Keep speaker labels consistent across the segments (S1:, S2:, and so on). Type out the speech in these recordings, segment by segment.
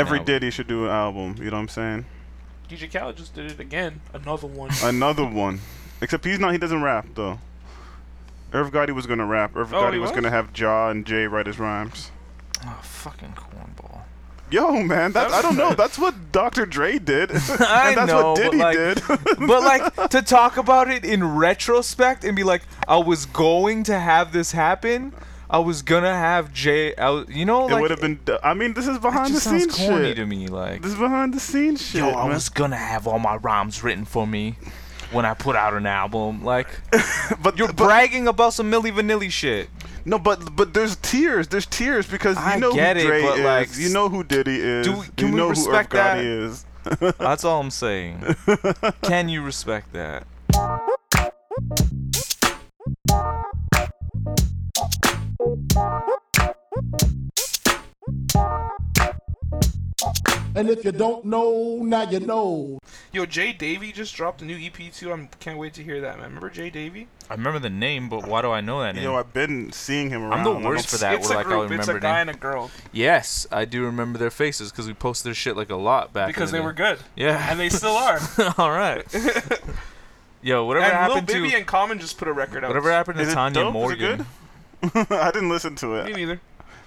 S1: Every
S2: album.
S1: Diddy should do an album. You know what I'm saying?
S3: DJ Khaled just did it again. Another one.
S1: Another one. Except he's not. He doesn't rap though. Irv Gotti was gonna rap. Irv
S3: Oh,
S1: Gotti
S3: he
S1: was
S3: was?
S1: gonna have Ja and Jay write his rhymes.
S2: Oh, fucking cornball.
S1: Yo, man, that's, I don't know. That's what Dr. Dre did. and
S2: I
S1: that's
S2: know,
S1: what
S2: but,
S1: Diddy
S2: like-
S1: did.
S2: but like to talk about it in retrospect and be like, I was going to have this happen. I was gonna have Jay. I was, you know,
S1: it
S2: like
S1: would have been. I mean, this is
S2: It
S1: behind the
S2: just sounds
S1: scenes
S2: corny
S1: shit.
S2: to me. Like,
S1: This is behind the scenes shit.
S2: yo, I
S1: man.
S2: was gonna have all my rhymes written for me when I put out an album. Like,
S1: but
S2: you're
S1: but-
S2: bragging about some Milli Vanilli shit.
S1: No, but but there's tears. There's tears because you
S2: I
S1: know
S2: get it,
S1: who Dre
S2: but,
S1: is.
S2: like,
S1: you know who Diddy is.
S2: do- can
S1: you
S2: we
S1: know
S2: respect
S1: who Irv Gotti
S2: that?
S1: is.
S2: That's all I'm saying. Can you respect that?
S4: And if you don't know, now you know.
S3: Yo, Jay Davy just dropped a new EP too. I can't wait to hear that, man. Remember Jay Davy?
S2: I remember the name, but why do I know that name?
S1: Yo, I've been seeing him around.
S2: the
S1: I don't
S2: worst for
S1: s-
S2: that.
S3: it's
S2: we're
S3: a
S2: like, I
S3: group. It's a
S2: remember
S3: guy
S2: name.
S3: and a girl
S2: yes, I do remember their faces because we posted their shit like a lot back. in
S3: because
S2: the
S3: they
S2: day.
S3: were good
S2: Yeah.
S3: and they still are.
S2: All right. Yo, whatever
S3: and Lil
S2: happened
S3: Baby
S2: to
S3: and Common just put a record out.
S2: whatever happened to
S1: Is it
S2: Tanya
S1: dope?
S2: Morgan?
S1: Is it good? I didn't listen to
S3: Me
S1: it.
S3: neither.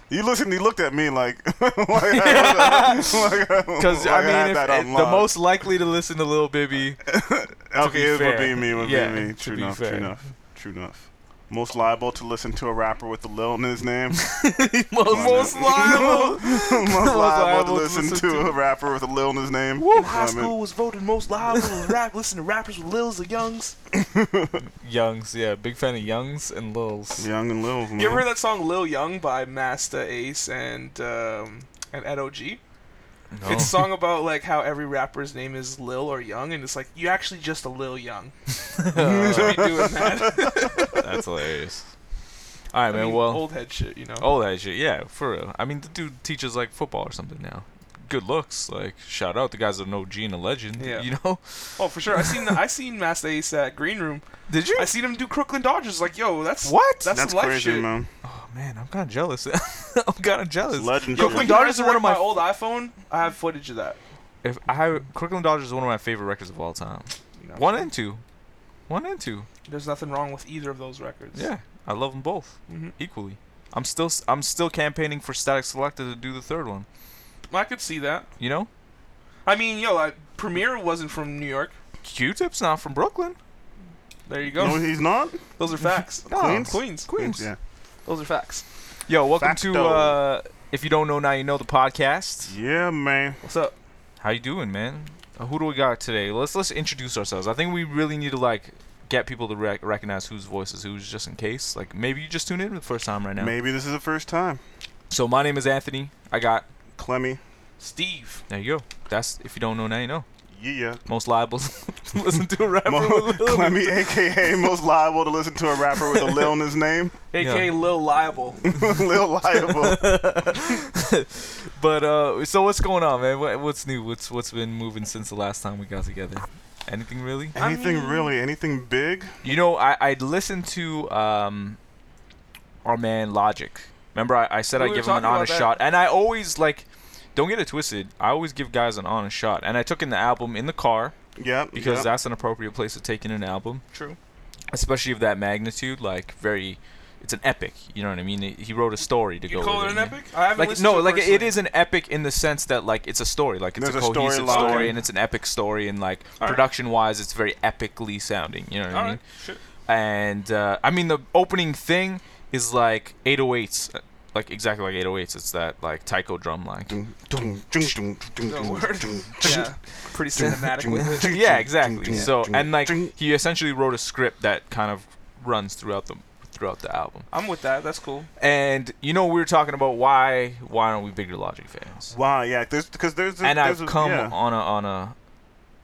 S1: You listened. You looked at me like, because Oh,
S2: Because I mean, if, if the most likely to listen to Lil Bibby,
S1: okay,
S2: be
S1: it would be
S2: fair.
S1: me. Would
S2: Yeah,
S1: be me.
S2: to
S1: True
S2: be
S1: enough.
S2: fair.
S1: True enough. True enough. Most liable to listen to a rapper with the Lil in his name.
S2: most, most liable.
S1: most liable,
S2: liable
S1: to listen to, a rapper with a Lil in his name. You know what I mean?
S3: was voted most liable to rap. Listen to rappers with Lils and Youngs.
S2: Youngs, yeah, big fan of Youngs and Lils.
S1: Young and Lil. Man.
S3: You
S2: Mm-hmm.
S3: ever heard that song Lil Young by Master Ace and um, and Ed OG?
S2: No.
S3: It's a song about like how every rapper's name is Lil or Young, and it's like you actually just a Lil Young. You should be doing that.
S2: That's hilarious. All right,
S3: I
S2: man.
S3: mean,
S2: well,
S3: old head shit, you know.
S2: all that shit. Yeah, for real. I mean, the dude teaches like football or something now. Good looks. Like, shout out the guys that know Gene a legend.
S3: Yeah.
S2: You know?
S3: Oh, for sure. I seen I seen Master Ace at Green Room.
S2: Did you?
S3: I seen him do Crooklyn Dodgers. Like, yo, that's
S2: What?
S3: That's,
S1: That's
S3: some life
S1: crazy,
S3: shit.
S1: man.
S2: oh man, I'm kind of jealous. I'm kind of jealous.
S1: Legend.
S2: Yo,
S1: shit.
S3: Crooklyn
S2: Crooklyn Dodgers
S3: Dodgers
S2: are
S3: one of my, old iPhone. I have footage of that.
S2: If I have, Crooklyn Dodgers is one of my favorite records of all time.
S3: You know,
S2: One and two, one and two.
S3: There's nothing wrong with either of those records.
S2: Yeah, I love them both
S3: hmm
S2: equally. I'm still s- I'm still campaigning for Static Selector to do the third one.
S3: I could see that.
S2: You know,
S3: I mean, yo, I, Premier wasn't from New York.
S2: Q-Tip's not from Brooklyn.
S3: There you go.
S1: No, he's not.
S3: Those are facts.
S2: No.
S3: Queens. Queens.
S2: Queens.
S1: Yeah.
S3: Those are facts.
S2: Yo, welcome to
S1: Facto.
S2: uh, if you don't know now you know the podcast.
S1: Yeah, man.
S3: What's up?
S2: How you doing, man? Uh, who do we got today? Let's let's introduce ourselves. I think we really need to like get people to rec- recognize whose voice is whose, just in case. Like maybe you just tuned in for the first time right now.
S1: Maybe this is the first time.
S2: So my name is Anthony. I got
S1: Clemmy.
S3: Steve.
S2: there. You go. That's if you don't know now you know.
S1: Yeah.
S2: most liable to listen to a rapper
S1: Mo-
S2: with Lil Nas.
S1: Clemmy, aka most liable to listen to a rapper with a Lil in his name.
S3: AKA Lil Liable.
S1: Lil liable.
S2: But uh, so what's going on, man? What, what's new? What's what's been moving since the last time we got together? Anything really?
S3: I
S1: Anything
S3: mean-
S1: really? Anything big?
S2: You know, I I listened to um, our man Logic. Remember, I, I said
S3: We
S2: I
S3: were
S2: give him an
S3: talking about
S2: honest
S3: that.
S2: shot, and I always like. Don't get it twisted. I always give guys an honest shot, and I took in the album in the car
S1: Yep.
S2: because
S1: yep.
S2: that's an appropriate place to take in an album.
S3: True.
S2: especially of that magnitude, like very, it's an epic. You know what I mean? He wrote a story to
S3: You
S2: go.
S3: call
S2: with
S3: it an
S2: yeah.
S3: epic? I haven't
S2: Like
S3: listened
S2: no,
S3: to it
S2: like it
S3: personally.
S2: is an epic in the sense that like it's a story, like it's
S1: There's
S2: a
S1: a
S2: cohesive
S1: storyline.
S2: story and it's an epic story, and like
S3: All right.
S2: production wise, it's very epically sounding. You know what I
S3: All
S2: mean?
S3: right. Shit.
S2: And uh, I mean the opening thing is like 808s, uh, like exactly like 808s. It's that like taiko drum line.
S3: No word. yeah. Pretty cinematic with it.
S2: yeah, exactly. So and like he essentially wrote a script that kind of runs throughout the throughout the album.
S3: I'm with that. That's cool.
S2: And you know we were talking about why why aren't we bigger Logic fans?
S1: Wow. Yeah. There's because there's.
S2: and
S1: there's
S2: I've
S1: a-
S2: come
S1: yeah.
S2: on a on a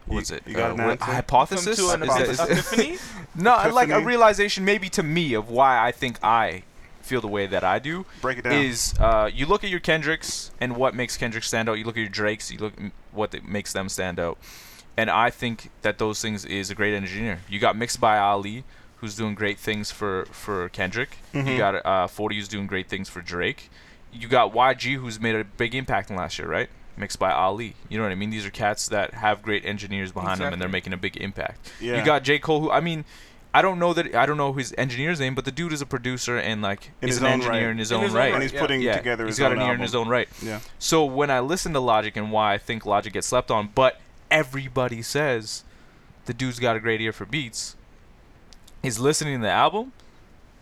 S2: what's
S1: You-
S2: it? Uh,
S1: you got an
S2: what-
S1: answer?
S3: Come
S2: hypothesis?
S3: to an
S2: Is that- is-
S3: epiphany.
S2: no, like a
S1: epiphany?
S2: realization maybe to me of why I think I feel the way that I do
S1: Break it down.
S2: is uh, you look at your Kendricks and what makes Kendrick stand out. You look at your Drakes, you look at what that makes them stand out. And I think that those things is a great engineer. You got Mixed by Ali, who's doing great things for for Kendrick.
S1: Mm-hmm.
S2: You got uh, 40, who's doing great things for Drake. You got YG, who's made a big impact in last year, right? mixed by Ali. You know what I mean? These are cats that have great engineers behind them, and they're
S3: Exactly.
S2: making a big impact.
S1: Yeah.
S2: You got J Cole, who I mean, I don't know that I don't know his engineer's name, but the dude is a producer and like
S1: In
S2: is
S1: his
S2: an
S1: own
S2: engineer
S1: right.
S2: in his
S3: In
S2: own
S3: his own
S2: right.
S1: and he's
S3: yeah.
S1: putting
S2: yeah,
S1: together his
S2: he's got
S1: own
S2: an ear
S1: album.
S2: in his own right.
S1: Yeah.
S2: So when I listen to Logic and why I think Logic gets slept on, but everybody says the dude's got a great ear for beats, is listening to the album,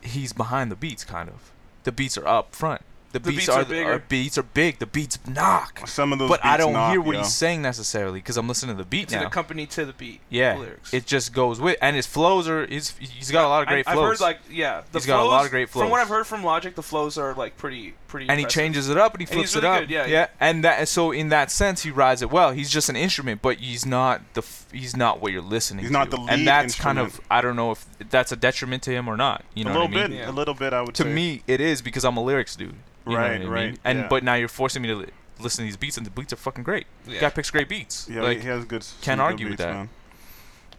S2: he's behind the beats kind of. The beats are up front. The,
S3: The
S2: beats,
S3: beats
S2: are,
S3: are bigger.
S2: beats are big. The beats knock.
S1: Some of those
S2: But I
S1: beats
S2: don't
S1: knock,
S2: hear what
S1: yo.
S2: he's saying necessarily because I'm listening to the beat
S3: It's an
S2: now.
S3: accompany to the beat.
S2: yeah,
S3: The lyrics.
S2: it just goes with, and his flows are. He's he's got a lot of great
S3: I,
S2: flows.
S3: I've heard like yeah, the flows,
S2: He's got a lot of great
S3: From what
S2: flows.
S3: I've heard from Logic, the flows are like pretty pretty.
S2: and he
S3: impressive.
S2: changes it up and he
S3: And he's
S2: flips
S3: really
S2: it up.
S3: good, yeah,
S2: yeah. And that so in that sense he rides it well. He's just an instrument, but he's not the f- he's not what you're listening.
S1: He's
S2: to.
S1: not the lead
S2: And that's kind of
S1: instrument.
S2: I don't know if that's a detriment to him or not. You know
S1: a little
S2: what I mean?
S1: bit,
S3: Yeah.
S1: a little bit. I would
S2: To
S1: say.
S2: me, it is because I'm a lyrics dude. You know
S1: Right,
S2: what I mean?
S1: right,
S2: And
S1: yeah.
S2: but now you're forcing me to li- listen to these beats, and the beats are fucking great.
S3: Yeah.
S2: Guy picks great beats.
S1: yeah,
S2: like,
S1: he has good. some good
S2: argue with
S1: beats,
S2: that.
S1: Man.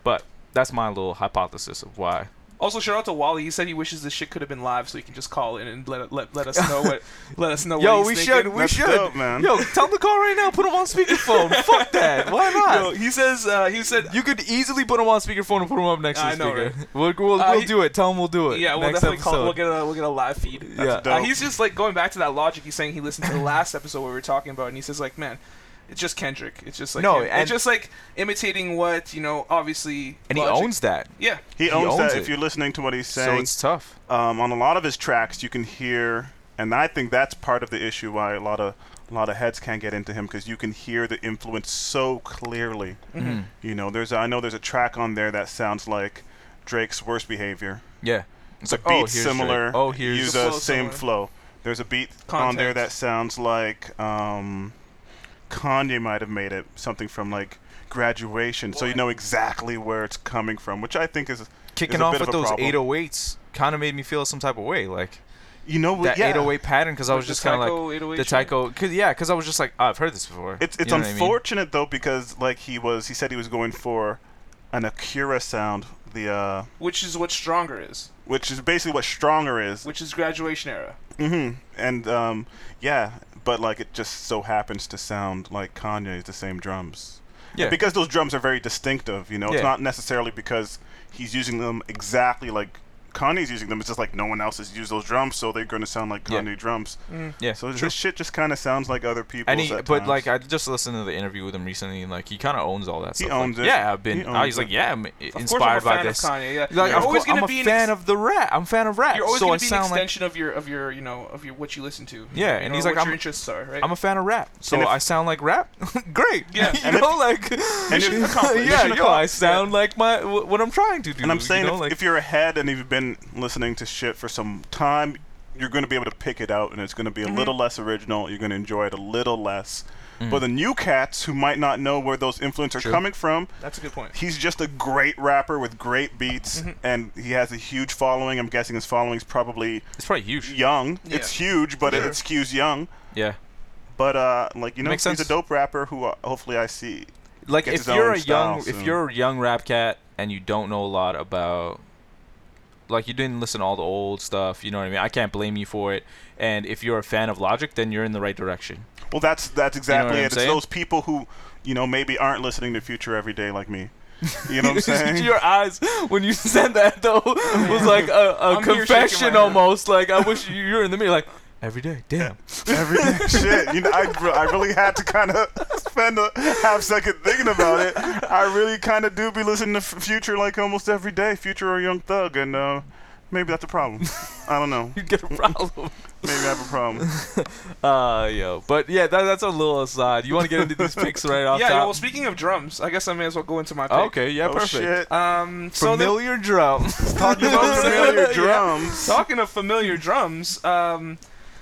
S2: But that's my little hypothesis of why.
S3: Also, shout out to Wally. He said he wishes this shit could have been live, so he can just call in and let let, let us know what let us know.
S2: Yo,
S3: what
S2: we
S3: he's
S2: should.
S3: thinking.
S2: We
S1: That's
S2: should.
S1: dope, man.
S2: Yo, tell him to call right now. Put him on speakerphone. Fuck that. Why not?
S3: Yo, he says uh, he said
S2: You could easily put him on speakerphone and put him up next to the
S3: I know,
S2: speaker. We'll, we'll,
S3: Uh,
S2: we'll
S3: he-
S2: do it. Tell him we'll do it.
S3: yeah. We'll
S2: Uh, next
S3: definitely call. We'll
S2: episode.
S3: get a we'll get a live feed.
S2: Yeah.
S1: dope.
S3: Uh, he's just like going back to that logic. He's saying he listened to the last episode where we were talking about, it, and he says like, man. It's just Kendrick. It's just like
S2: No,
S3: him.
S2: and-
S3: it's just like imitating what you know. Obviously,
S2: And he
S3: Logic-
S2: owns that.
S3: Yeah,
S1: He
S2: He
S1: owns,
S2: owns
S1: that.
S2: it.
S1: If you're listening to what he's
S2: So
S1: saying,
S2: it's tough.
S1: um, on a lot of his tracks, you can hear, and I think that's part of the issue why a lot of a lot of heads can't get into him because you can hear the influence so clearly.
S2: Mm-hmm.
S1: You know, there's I know there's a track on there that sounds like Drake's worst behavior.
S2: Yeah. It's like, oh,
S1: beat
S2: here's
S1: similar.
S2: Drake. Oh, here's
S1: use
S3: The
S1: the
S3: flow
S1: same
S3: similar.
S1: flow. There's a beat on there that
S3: Context.
S1: sounds like um, Kanye might have made it something from like graduation, so you know exactly where it's coming from, which I think is is
S2: kicking
S1: a
S2: off
S1: bit
S2: with
S1: of a
S2: those
S1: problem.
S2: 808s kind of made me feel some type of way, like
S1: You know what?
S2: that
S1: Yeah.
S2: 808 pattern, because I
S3: With
S2: was
S3: the
S2: just kind
S3: Tycho
S2: of
S3: 808
S2: like the
S3: shit?
S2: Tycho. Cause, yeah, because I was just like, oh, I've heard this before.
S1: It's it's
S2: You know what I mean?
S1: unfortunate though because like he was he said he was going for an Akira sound, the uh,
S3: which is what Stronger is,
S1: which is basically what Stronger is.
S3: which is graduation era.
S1: hmm And um, yeah, but like it just so happens to sound like Kanye's the same drums.
S2: Yeah.
S1: Because those drums are very distinctive, you know. It's
S2: Yeah.
S1: not necessarily because he's using them exactly like Kanye's using them. It's just like no one else has used those drums, so they're going to sound like
S2: Yeah.
S1: Kanye drums.
S2: yeah.
S1: So
S2: true.
S1: this shit just kind of sounds like other people.
S2: And he, but like I just listened to the interview with him recently, and like he kind of owns all that
S1: He
S2: stuff.
S1: owns
S2: like,
S1: it.
S2: Yeah, I've
S1: He
S2: been.
S1: owns
S2: I was
S1: it.
S2: like, yeah, I'm
S3: I'm a
S2: inspired by
S3: fan of
S2: this.
S3: Kanye, yeah.
S2: Like,
S3: You're
S2: of
S3: always
S2: course-
S3: gonna
S2: I'm
S3: be
S2: a
S3: an
S2: fan
S3: ex-
S2: of the rap. I'm a fan of rap.
S3: You're always
S2: so I
S3: gonna be an
S2: sound like
S3: extension of your of your you know of your what you listen to. you
S2: Yeah, and
S3: know,
S2: he's like,
S3: what
S2: I'm-
S3: your interests are, right?
S2: I'm a fan of rap, so
S1: And if-
S2: I sound like rap. Great,
S3: Yeah.
S2: you
S1: And if-
S2: know, like,
S1: Mission accomplished.
S2: yeah,
S1: Mission
S2: yo, I
S1: accomplished.
S2: sound like my wh- what I'm trying to do.
S1: And I'm saying
S2: you know,
S1: if,
S2: like,
S1: if you're ahead and you've been listening to shit for some time, you're going to be able to pick it out and it's going to be a little less original. You're going to enjoy it a little less. But the new cats who might not know where those influences are
S2: Mm. True.
S1: coming from,
S3: That's a good point.
S1: he's just a great rapper with great beats and he has a huge following. I'm guessing his following's probably
S2: it's probably huge.
S1: young.
S3: Yeah.
S1: It's huge, but it,
S3: Sure.
S1: it skews young.
S2: Yeah,
S1: But uh, like you know,
S2: Makes
S1: he's
S2: sense.
S1: a dope rapper who uh, hopefully I see.
S2: like
S1: Gets
S2: if
S1: his
S2: you're
S1: own
S2: a young,
S1: style
S2: if
S1: soon.
S2: you're a young rap cat and you don't know a lot about, like, you didn't listen to all the old stuff. You know what I mean? I can't blame you for it. And if you're a fan of Logic, then you're in the right direction.
S1: Well, that's that's exactly
S2: what I'm
S1: it. It's
S2: saying?
S1: those people who you know maybe aren't listening to Future every day like me. You know what I'm saying?
S2: Your eyes when you said that though was like a, a
S3: I'm here shaking my
S2: confession
S3: head.
S2: almost. Like I wish you, you're in the mirror. Like every day, damn.
S1: every day. Shit, you know, I, re- I really had to kind of spend a half second thinking about it. I really kind of do be listening to F- Future like almost every day, Future or Young Thug, and uh, maybe that's a problem. I don't know.
S2: You get a problem.
S1: Maybe I have a problem.
S2: Uh, yo. But yeah, that, that's a little aside. You want to get into these picks right off
S3: Yeah.
S2: top?
S3: Well, speaking of drums, I guess I may as well go into my pick.
S2: okay, yeah,
S1: oh
S2: perfect.
S1: shit!
S3: Um. So then,
S2: Familiar drum.
S1: Talking about familiar drums.
S3: talking of familiar drums, um,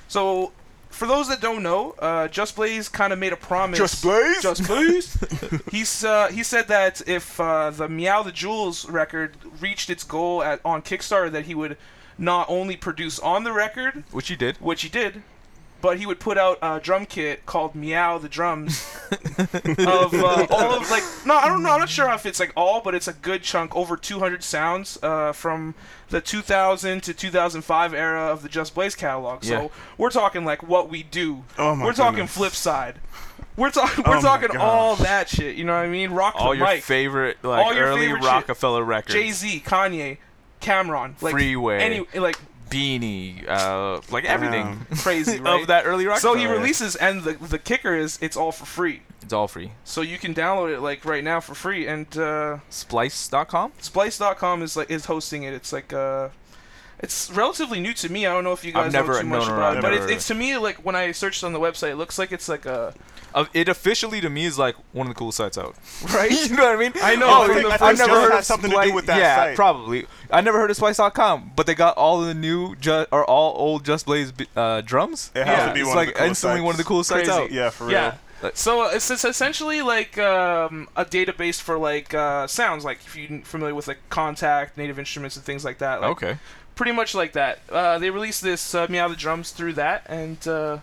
S3: so for those that don't know, uh, Just Blaze kind of made a promise.
S1: Just Blaze?
S3: Just Blaze. He's uh, he said that if uh, the Meow the Jewels record reached its goal at on Kickstarter, that he would not only produce on the record,
S2: Which you did.
S3: which he did, but he would put out a drum kit called Meow the Drums of uh, all of like no, I don't know, I'm not sure if it's like all, but it's a good chunk over 200 sounds uh, from the 2000 to 2005 era of the Just Blaze catalog. So
S2: Yeah.
S3: we're talking like what we do.
S1: Oh, my
S3: we're talking
S1: goodness.
S3: flip side. We're talking we're
S1: my
S3: talking
S1: gosh.
S3: all that shit. You know what I mean? Rock
S2: all
S3: the
S2: your
S3: mic.
S2: favorite like
S3: All your
S2: early
S3: favorite shit.
S2: Rockefeller records.
S3: Jay Z, Kanye, Cameron, like
S2: Freeway.
S3: any like
S2: Beanie, uh, like everything
S3: crazy right?
S2: of that early
S3: So
S2: Rockefeller.
S3: he
S2: era.
S3: releases, and the the kicker is it's all for free.
S2: It's all free.
S3: So you can download it like right now for free, and uh,
S2: Splice.com.
S3: Splice.com is like is hosting it. It's like uh, it's relatively new to me. I don't know if you
S2: I've
S3: guys
S2: never-
S3: know too
S2: no,
S3: much
S2: no, no,
S3: about
S2: I've
S3: it, but
S2: never
S3: it's,
S2: heard of
S3: it's to me like when I searched on the website, it looks like it's like a
S2: Uh, it officially to me is like one of the coolest sites out.
S3: right.
S2: you know what I mean?
S3: I know,
S2: Oh,
S3: I think-
S2: you-
S3: I
S2: I've
S3: think
S2: never
S1: Just
S2: heard
S1: has
S2: of
S1: something to do
S2: Splice-
S1: with that
S2: Yeah,
S1: site.
S2: probably. I never heard of Splice.com, but they got all the new ju- or all old Just Blaze b- uh, drums.
S1: It has
S3: to
S1: be
S2: it's
S1: one of
S2: like
S1: the coolest
S2: instantly one of the
S1: sites.
S2: coolest sites
S3: Crazy.
S2: out.
S1: Yeah, for real.
S3: Yeah.
S2: Like-
S3: So uh, it's, it's essentially like um, a database for like uh, sounds, like if you're familiar with like Contact, Native Instruments, and things like that. Like,
S2: Okay.
S3: pretty much like that. Uh, they released this uh, Meow the Drums through that, and uh,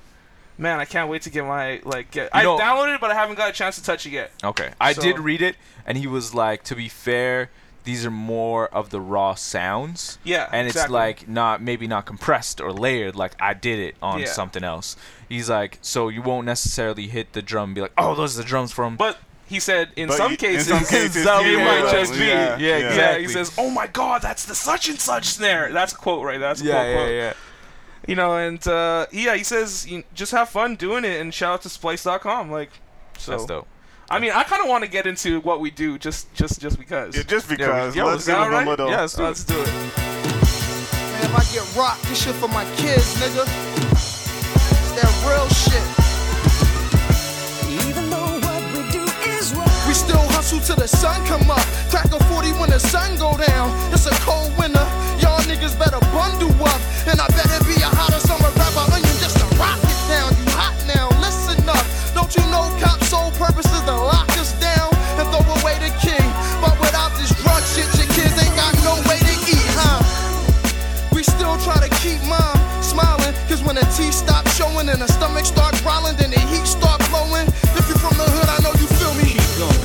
S3: man, I can't wait to get my like. Get, I
S2: know-
S3: downloaded it, but I haven't got a chance to touch it yet.
S2: Okay. I
S3: So-
S2: did read it, and he was like, to be fair, these are more of the raw sounds.
S3: Yeah,
S2: And it's
S3: exactly.
S2: like not maybe not compressed or layered. Like I did it on
S3: Yeah.
S2: something else. He's like, so you won't necessarily hit the drum and be like, oh, those are the drums from.
S3: But he said in
S1: But
S3: some
S1: you- in
S3: cases,
S1: some cases,
S2: Some
S3: it
S2: you
S3: might
S2: will.
S3: just be.
S2: Yeah, yeah,
S3: he
S2: exactly.
S3: says, "Oh my God, that's the such and such snare." That's a quote right. there. That's a
S2: yeah,
S3: quote,
S2: yeah,
S3: quote.
S2: yeah.
S3: You know, and uh, yeah, he says, you "Just have fun doing it," and shout out to Splice.com. Like, so
S2: That's dope.
S3: I mean, I kind of want to get into what we do just, just, just because.
S1: Yeah, just
S2: we-
S1: because.
S2: yeah,
S1: let's
S2: is
S1: give
S3: that
S1: them
S3: alright? Uh,
S1: a little.
S2: Yeah, let's do it.
S3: Let's do it.
S5: Man, if I get rocked, this shit for my kids, nigga. It's that real shit.
S6: Even though what we do is wrong.
S5: We still hustle till the sun come up. Crack a 40 when the sun go down. It's a cold winter. Y'all niggas better bundle up. And I better be a hotter summer rapper onion just to rock it down. You hot now, listen up. Don't you know cop's sole purpose is to lock us down and throw away the king. But without this drug shit, your kids ain't got no way to eat, huh? We still try to keep mom smiling. Cause when the teeth stop showing and the stomach start growling, then the heat start blowing. If you from the hood, I know you feel me.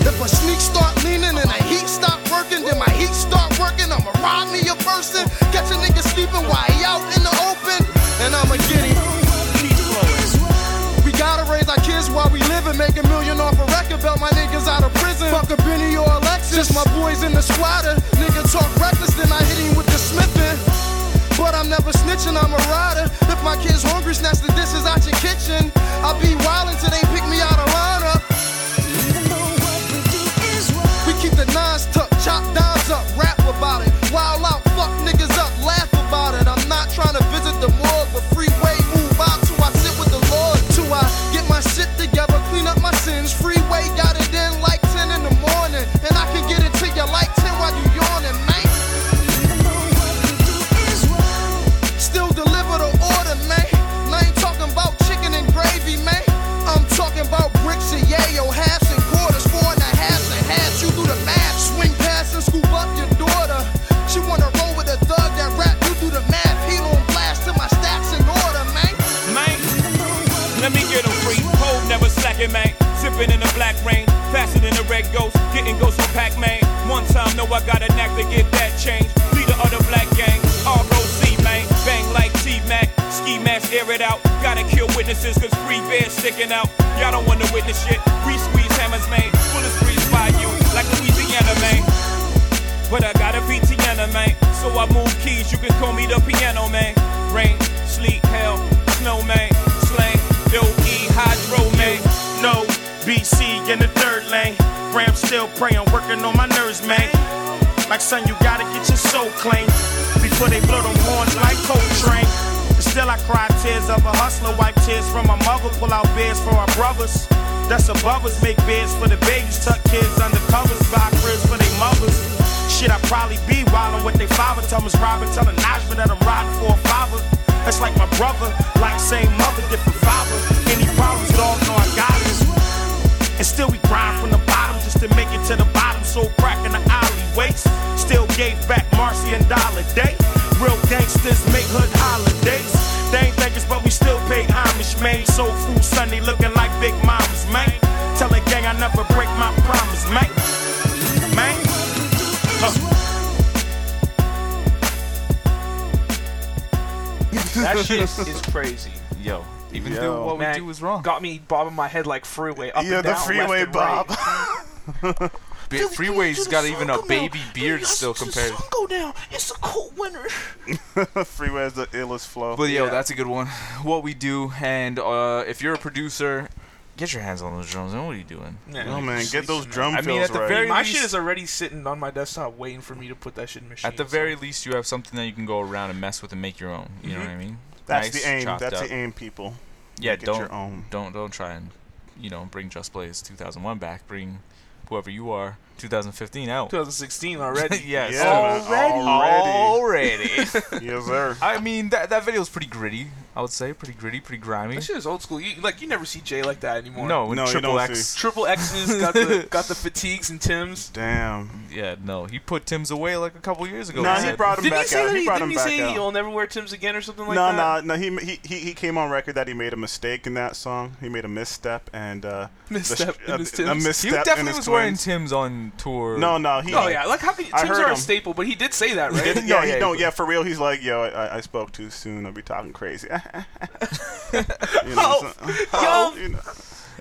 S5: If a sneak start leaning and the heat stop working, then my heat start working. I'ma rob me a person. Catch a nigga sleeping while he out in the open. And I'ma get him. We gotta raise our kids while we live and make a million off a record belt. My niggas out of prison. Fuck a Benny or a Lexus. Just my boys in the squatter. Nigga talk reckless, then I hit him with the smithing. But I'm never snitching, I'm a rider. If my kids hungry, snatch the dishes out your kitchen. I'll be wild until they pick me out of lineup.
S6: Even though what we do is wrong.
S5: We keep the nines tucked, chop dimes up, rap about it. Wild out, fuck niggas up, laugh about it. I'm not trying to visit the morgue, but freeway move out till I sit with the Lord. Till I get my shit together, clean up my sins. Freeway got it in like 10 in the morning. And I can get it to you like 10 while you yawning, man.
S6: Even though what we do is wrong.
S5: Still deliver the order, man. And I ain't talking about chicken and gravy, man. I'm talking about bricks and yayo, halves and quarters, four and a halves and halves. You do the math, swing past and scoop up your daughter. She wanna roll with a thug that rap. You do the math, he on blast till my stacks in order, man.
S7: man. Let me get 'em free. Cold never slacking, man. Sipping in the black rain. Faster than the red ghost. Getting ghosts from Pac Man. One time, know I got a knack to get that change. Leader of the black gang. ROC, man. Bang like T Mac. Ski mask, air it out. Gotta kill witnesses, cause free bears sticking out. Y'all don't wanna witness shit. We squeeze hammers, man. Bullets freeze by you. Like Louisiana, man. But I got a piano, man. So I move keys, you can call me the piano, man. Rain, sleet, hell, snow, man. Slang, doe,
S8: E,
S7: hydro, man.
S8: No, BC in the third lane. Ram still praying, working on my nerves, man. Like son, you gotta get your soul clean before they blow them horns like Coltrane. Still, I cry tears of a hustler, wipe tears from my mother, pull out beds for our brothers. That's above us, make beds for the babies, tuck kids under covers, buy cribs for their mothers. Shit, I probably be wildin' with they father. Thomas Robin telling Najma that I'm riding for a father. That's like my brother, like same mother, different father. Any problems, dog, know I got it. And still we grind from the bottom just to make it to the bottom. So crack in the alleyways. Still gave back Marcy and Dollar Day. Real gangsters make hood holidays. They ain't think us, but we still pay homage, man. soul food Sunday looking like big mamas, man. Tell the gang I never break my promise, man. Man.
S3: That shit is crazy.
S2: Yo, even though what
S3: Man,
S2: we do is wrong.
S3: Got me bobbing my head like freeway up
S1: yeah,
S3: and
S1: the
S3: down.
S1: freeway
S3: left and right.
S1: Bob.
S2: Ba- Freeway's got even a baby beard still compared.
S3: go down. It's a cold winter.
S1: freeway has the illest flow.
S2: But yo,
S3: Yeah.
S2: that's a good one. What we do, and uh, if you're a producer, get your hands on those drums. And what are you doing?
S1: oh man, get those drum
S2: I mean,
S1: fills
S2: at the
S1: right.
S2: very-
S3: My
S2: least-
S3: shit is already sitting on my desktop waiting for me to put that shit in machine.
S2: At the very least, you have something that you can go around and mess with and make your own. You know what I mean?
S1: Mm-hmm. That's
S2: Nice,
S1: the aim.
S2: chopped
S1: That's
S2: up.
S1: the aim, people.
S2: Yeah,
S1: Make it
S2: don't
S1: your own.
S2: don't don't try and you know bring Just Blaze 2001 back. Bring whoever you are 2015 out.
S3: 2016 already.
S2: yes.
S1: Yeah, man.
S2: Already.
S1: Already. yes, sir.
S2: I mean that that video is pretty gritty. I would say pretty gritty, pretty grimy.
S3: That shit is old school. You, like you never see Jay like that anymore.
S2: No,
S1: No,
S2: no
S1: you
S2: triple
S1: don't
S2: X.
S1: see.
S3: Triple X's got the got the fatigues and Tim's.
S1: Damn.
S2: Yeah, no, he put Tim's away like a couple years ago.
S1: Nah,
S2: He
S1: he
S2: said-
S1: brought him
S3: Didn't
S1: back
S3: he say
S1: out.
S3: that
S1: He
S3: he,
S1: brought
S3: didn't
S1: him
S3: he
S1: back
S3: say
S1: out.
S3: you'll never wear Tim's again or something like
S1: no,
S3: that?
S1: no, no. He, ma- he he he came on record that he made a mistake in that song. He made a misstep and uh, the sh-
S3: Misstep in
S1: a-
S3: his
S1: a
S3: Timbs.
S2: He
S1: misstep in
S2: definitely
S1: his
S2: was wearing
S1: twins.
S2: Tim's on tour.
S1: No, no. He,
S3: Oh yeah, like how can
S1: I
S3: Tim's
S1: heard
S3: are
S1: him.
S3: a staple, but he did say that, right?
S1: Did- no,
S2: Yeah, yeah,
S1: he, no,
S2: he-
S1: yeah, for real. He's like, yo, I, I spoke too soon. I'll be talking crazy. you know,
S3: Oh,
S1: so-
S3: yo.
S1: you know.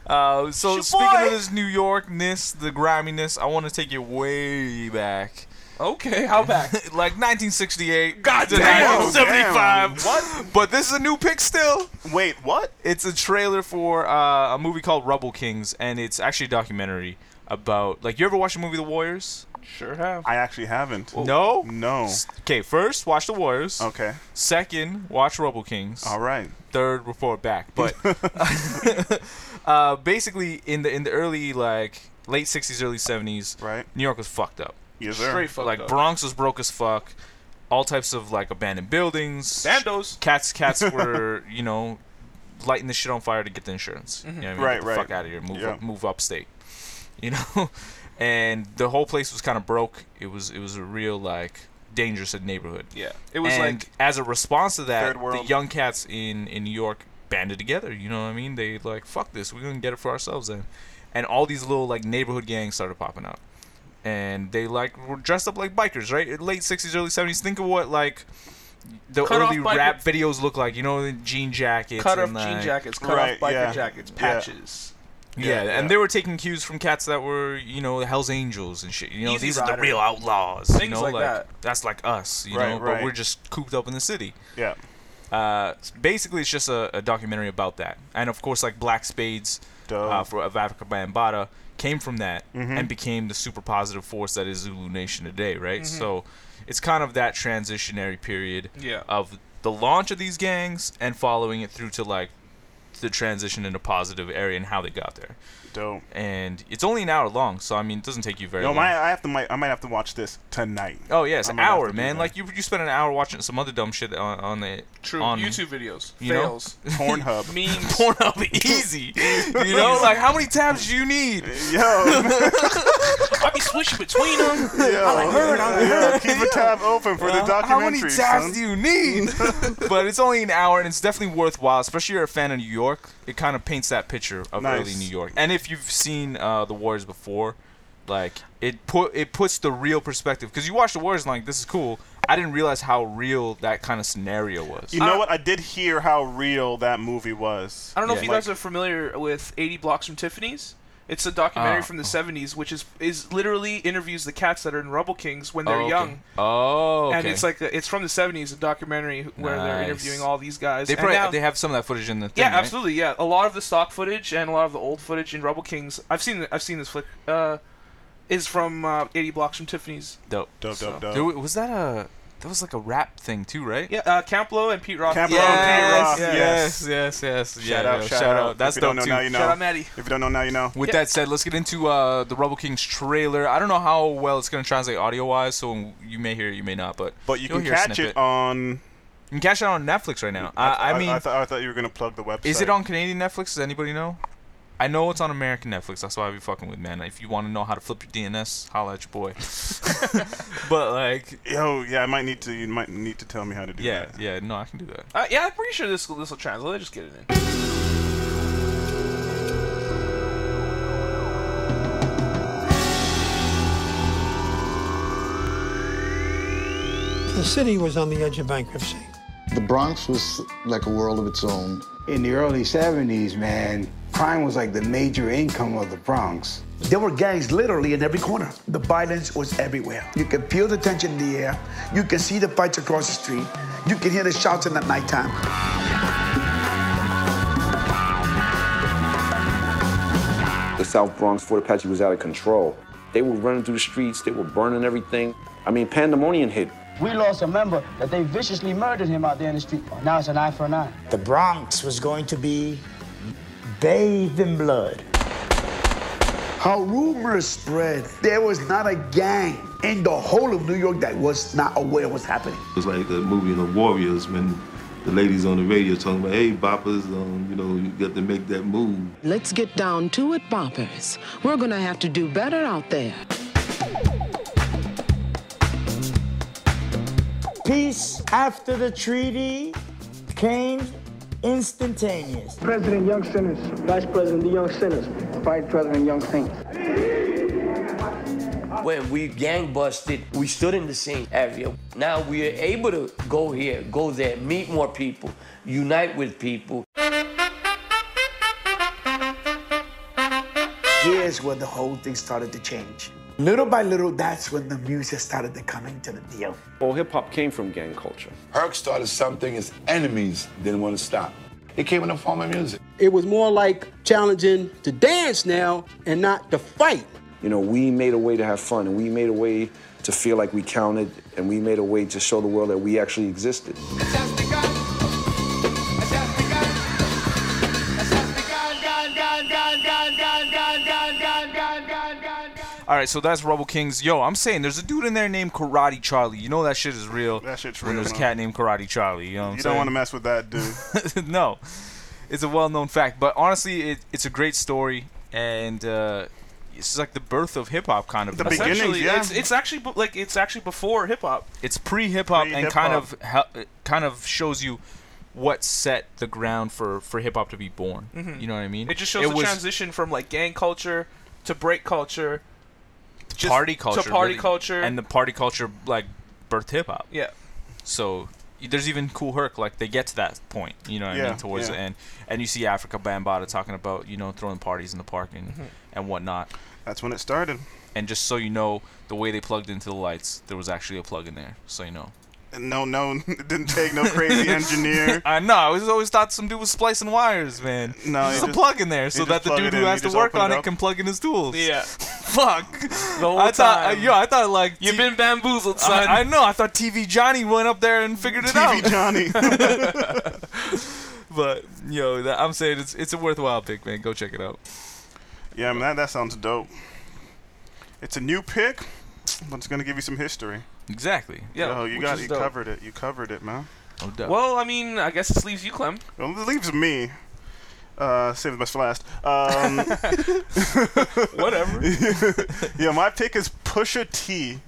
S2: Uh, so
S3: Your
S2: speaking
S3: boy.
S2: of this New Yorkness, the griminess, I want to take it way back,
S3: okay, how back?
S2: like 1968.
S3: God
S2: to
S3: damn.
S1: Oh,
S2: 1975.
S3: What?
S2: But this is a new pick still.
S1: Wait, what?
S2: It's a trailer for uh, a movie called Rubble Kings, and it's actually a documentary about like you ever watch the movie The Warriors?
S3: Sure have.
S1: I actually haven't.
S2: No.
S1: No.
S2: Okay, first watch The Warriors.
S1: Okay.
S2: Second, watch Rubble Kings.
S1: All right.
S2: third report back. But uh, basically, in the in the early like late '60s, early '70s,
S1: Right.
S2: New York was fucked up.
S1: Yes, sir.
S3: Straight fucked
S2: like
S3: up.
S2: Bronx was broke as fuck. All types of like abandoned buildings.
S3: Bandos.
S2: Cats, cats were you know lighting the shit on fire to get the insurance.
S3: Mm-hmm.
S2: You know what I mean?
S1: Right,
S2: get the
S1: right.
S2: Fuck out of here. Move
S1: Yeah.
S2: up, move upstate. You know, and the whole place was kind of broke. It was it was a real like dangerous neighborhood
S3: Yeah, it was
S2: and
S3: like
S2: as a response to that,
S1: Third
S2: the
S1: world.
S2: young cats in in New York banded together. You know what I mean? They like fuck this. We're gonna get it for ourselves then. And all these little like neighborhood gangs started popping up, and they like were dressed up like bikers, right? Late '60s, early '70s. Think of what like the
S3: Cut off
S2: early
S3: biker-
S2: rap videos look like. You know, the jean jackets,
S3: cut off
S2: and,
S3: jean
S2: like-
S3: jackets, cut
S1: uh, Right,
S3: off biker
S1: yeah.
S3: jackets,
S1: Yeah.
S3: patches.
S2: Yeah,
S1: Yeah, yeah.
S2: and they were taking cues from cats that were, you know, the Hell's Angels and shit. You know,
S3: Easy
S2: these are
S3: Rider.
S2: the real outlaws. you
S3: Things
S2: know,
S3: like that.
S2: That's like us, you
S1: Right,
S2: know,
S1: right.
S2: but we're just cooped up in the city.
S1: Yeah.
S2: uh, basically it's just a, a documentary about that and of course like black spades
S1: Dope. Mm-hmm.
S2: uh, for of africa bambata came from that and became the super positive force that is zulu nation today right
S3: Mm-hmm.
S2: so it's kind of that transitionary period
S3: Yeah.
S2: of the launch of these gangs and following it through to like the transition in a positive area and how they got there
S1: Dope.
S2: and it's only an hour long so i mean it doesn't take you very
S1: No,
S2: long
S1: my, I have to. Might, I might have to watch this tonight.
S2: oh yeah it's
S1: I'm gonna
S2: an
S1: have
S2: hour
S1: to do
S2: man
S1: that.
S2: like you you spend an hour watching some other dumb shit on, on the
S3: True.
S2: on
S3: YouTube videos
S2: you know?
S3: fails.
S1: Pornhub.
S3: Memes.
S2: Pornhub easy. You know, like how many tabs do you need?
S1: Yo,
S3: I be switching between them.
S1: yo, yo, keep a tab open for the documentary.
S2: How many tabs
S1: son.
S2: do you need? but it's only an hour, and it's definitely worthwhile, especially if you're a fan of New York. It kind of paints that picture of
S1: Nice.
S2: early New York, and if you've seen uh, the Warriors before, like it put it puts the real perspective because you watch the Warriors and like this is cool. I didn't realize how real that kind of scenario was.
S1: You know what? I did hear how real that movie was.
S3: I don't know
S2: Yeah.
S3: if you guys are familiar with 80 Blocks from Tiffany's. It's a documentary
S2: Ah.
S3: from the 70s, which is is literally interviews the cats that are in Rubble Kings when they're
S2: Oh, okay.
S3: young.
S2: Oh, okay.
S3: And it's like a, it's from the 70s, a documentary where they're
S2: Nice.
S3: interviewing all these guys.
S2: they
S3: And
S2: probably
S3: now-
S2: they have some of that footage in the thing.
S3: yeah,
S2: right?
S3: absolutely. Yeah, a lot of the stock footage and a lot of the old footage in Rubble Kings. I've seen I've seen this flick. Uh, is from uh, 80 Blocks from Tiffany's.
S2: Dope.
S1: Dope, dope, dope.
S2: There, wa- was that a that was like a rap thing too, right?
S3: Yeah, uh, Camplo and Pete Rock.
S1: Camp Rock,
S2: Yes,
S1: Rock,
S2: yes, yes, yes.
S1: Shout
S2: yeah,
S1: out,
S2: yo,
S1: shout out. If
S2: That's
S1: you don't know
S2: dope too.
S1: now, you know.
S3: Shout out Maddie.
S1: If you don't know now, you know.
S2: With
S3: Yeah.
S2: that said, let's get into uh, the Rebel Kings trailer. I don't know how well it's gonna translate audio-wise, so you may hear it, you may not, but
S1: But you
S2: you'll
S1: can
S2: hear a
S1: catch
S2: snippet.
S1: it on.
S2: You can catch it on Netflix right now. I, I mean,
S1: I, thought, I thought you were gonna plug the website.
S2: is it on Canadian Netflix? Does anybody know? I know it's on American Netflix. That's why I be fucking with man. If you want to know how to flip your DNS, holla at your boy. but like,
S1: Yo, yeah, I might need to. You might need to tell me how to do
S2: yeah,
S1: that.
S2: yeah, no, I can do that.
S3: Uh, yeah, I'm pretty sure this this will translate. Let's just get it in.
S9: The city was on the edge of bankruptcy.
S10: The Bronx was like a world of its own.
S11: In the early 70s, man, crime was like the major income of the Bronx. There were gangs literally in every corner. The violence was everywhere. You could feel the tension in the air. You could see the fights across the street. You could hear the shouts in the nighttime.
S12: The South Bronx, Fort Apache was out of control. They were running through the streets, they were burning everything. I mean, pandemonium hit.
S13: We lost a member that they viciously murdered him out there in the street. Now it's an eye for an eye.
S14: The Bronx was going to be bathed in blood.
S11: How rumors spread. There was not a gang in the whole of New York that was not aware of what's happening.
S15: It was like the movie in The Warriors when the ladies on the radio talking about, hey, boppers, um, you know, you got to make that move.
S16: Let's get down to it, boppers. We're going to have to do better out there.
S14: Peace after the treaty came instantaneous.
S13: President Young Sinners, Vice President the Young Sinners, Vice President Young Saints.
S17: When we gang busted, we stood in the same area. Now we are able to go here, go there, meet more people, unite with people.
S11: Here's where the whole thing started to change. Little by little, that's when the music started to come into the deal.
S12: Well, hip hop came from gang culture.
S10: Herc started something his enemies didn't want to stop. It came in the form of music.
S13: It was more like challenging to dance now and not to fight.
S12: You know, we made a way to have fun, and we made a way to feel like we counted, and we made a way to show the world that we actually existed.
S2: All right, so that's Rebel Kings. Yo, I'm saying there's a dude in there named Karate Charlie. You know that shit is real.
S1: That shit's
S2: When
S1: real,
S2: there's a
S1: man.
S2: cat named Karate Charlie. You know what I'm
S1: You don't
S2: saying?
S1: want to mess with that dude.
S2: no, it's a well-known fact. But honestly, it, it's a great story, and uh, it's like the birth of hip hop, kind of.
S3: The
S2: Essentially,
S3: beginnings,
S2: it's-
S3: It's, it's actually bu- like it's actually before hip hop.
S2: it's pre-hip hop and
S3: Pre-hip
S2: kind
S3: hop.
S2: of hel- it kind of shows you what set the ground for for hip hop to be born.
S3: Mhm.
S2: You know what I mean?
S3: It just shows the
S2: was
S3: transition from like gang culture to break culture. just
S2: party culture
S3: to party
S2: really.
S3: culture.
S2: and the party culture like birthed hip hop.
S3: yeah,
S2: So y- there's even Cool Herc, like they get to that point, you know what I
S1: Yeah,
S2: mean, towards
S1: yeah.
S2: the end. And you see Africa Bambata talking about, you know, throwing parties in the park and,
S3: Mm-hmm.
S2: and whatnot.
S1: That's when it started.
S2: And just so you know, the way they plugged into the lights, there was actually a plug in there, so you know.
S1: And no, no, it didn't take no crazy engineer.
S2: I know, I was always thought some dude was splicing wires, man.
S1: No,
S2: There's
S1: you
S2: just a
S1: just-
S2: plug in there so
S1: just
S2: that the
S1: plug it
S2: dude
S1: in,
S2: who
S1: you
S2: has to
S1: just
S2: work
S1: open it
S2: on it
S1: up.
S2: can plug in his tools.
S3: yeah.
S2: Fuck.
S3: whole
S2: I thought,
S3: time.
S2: yo, I thought like
S3: You've
S2: T-
S3: been bamboozled, son.
S2: I, I know. I thought TV Johnny went up there and figured it out.
S1: TV Johnny.
S2: But yo, that, I'm saying it's it's a worthwhile pick, man. Go check it out.
S1: yeah, man, that, that sounds dope. It's a new pick, but it's gonna give you some history.
S2: Exactly.
S1: Yo, you got you
S2: covered.
S1: covered it. You covered it, man.
S3: Well, I mean, I guess this leaves you, Clem.
S1: Well, it leaves me. Uh, save the best for last. Um,
S3: Whatever.
S1: yeah, my pick is Pusha T,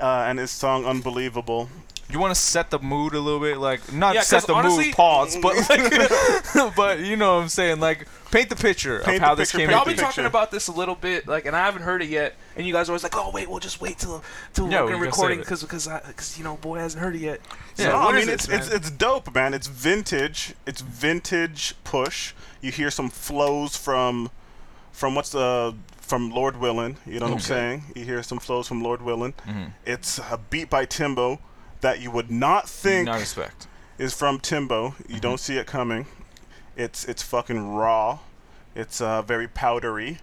S1: uh, and his song "Unbelievable."
S2: you want to set the mood a little bit, like not
S3: Yeah,
S2: set
S3: 'cause
S2: the
S3: honestly-
S2: mood, pause, but like, but you know what I'm saying, like paint the picture
S1: Paint
S2: of how
S1: the
S2: this
S1: picture,
S2: came
S1: paint
S3: Y'all
S1: the
S2: to
S3: been
S2: be.
S1: picture.
S3: talking about this a little bit, like, and I haven't heard it yet. And you guys are always like, "Oh, wait, we'll just wait till till
S2: Yeah,
S3: we're
S2: we just
S3: recording
S2: said it.
S3: because because because you know, boy hasn't heard it yet."
S1: No,
S3: what
S1: I
S3: is
S1: mean
S3: this,
S1: it's, it's
S3: man?
S1: it's dope, man. It's vintage. It's vintage push. You hear some flows from from what's the from Lord Willin. You know what I'm saying? You hear some flows from Lord Willin.
S3: Mm-hmm.
S1: It's a beat by Timbo that you would not think
S2: Not respect.
S1: is from Timbo. You
S3: Mm-hmm.
S1: don't see it coming. It's it's fucking raw. It's uh, very powdery.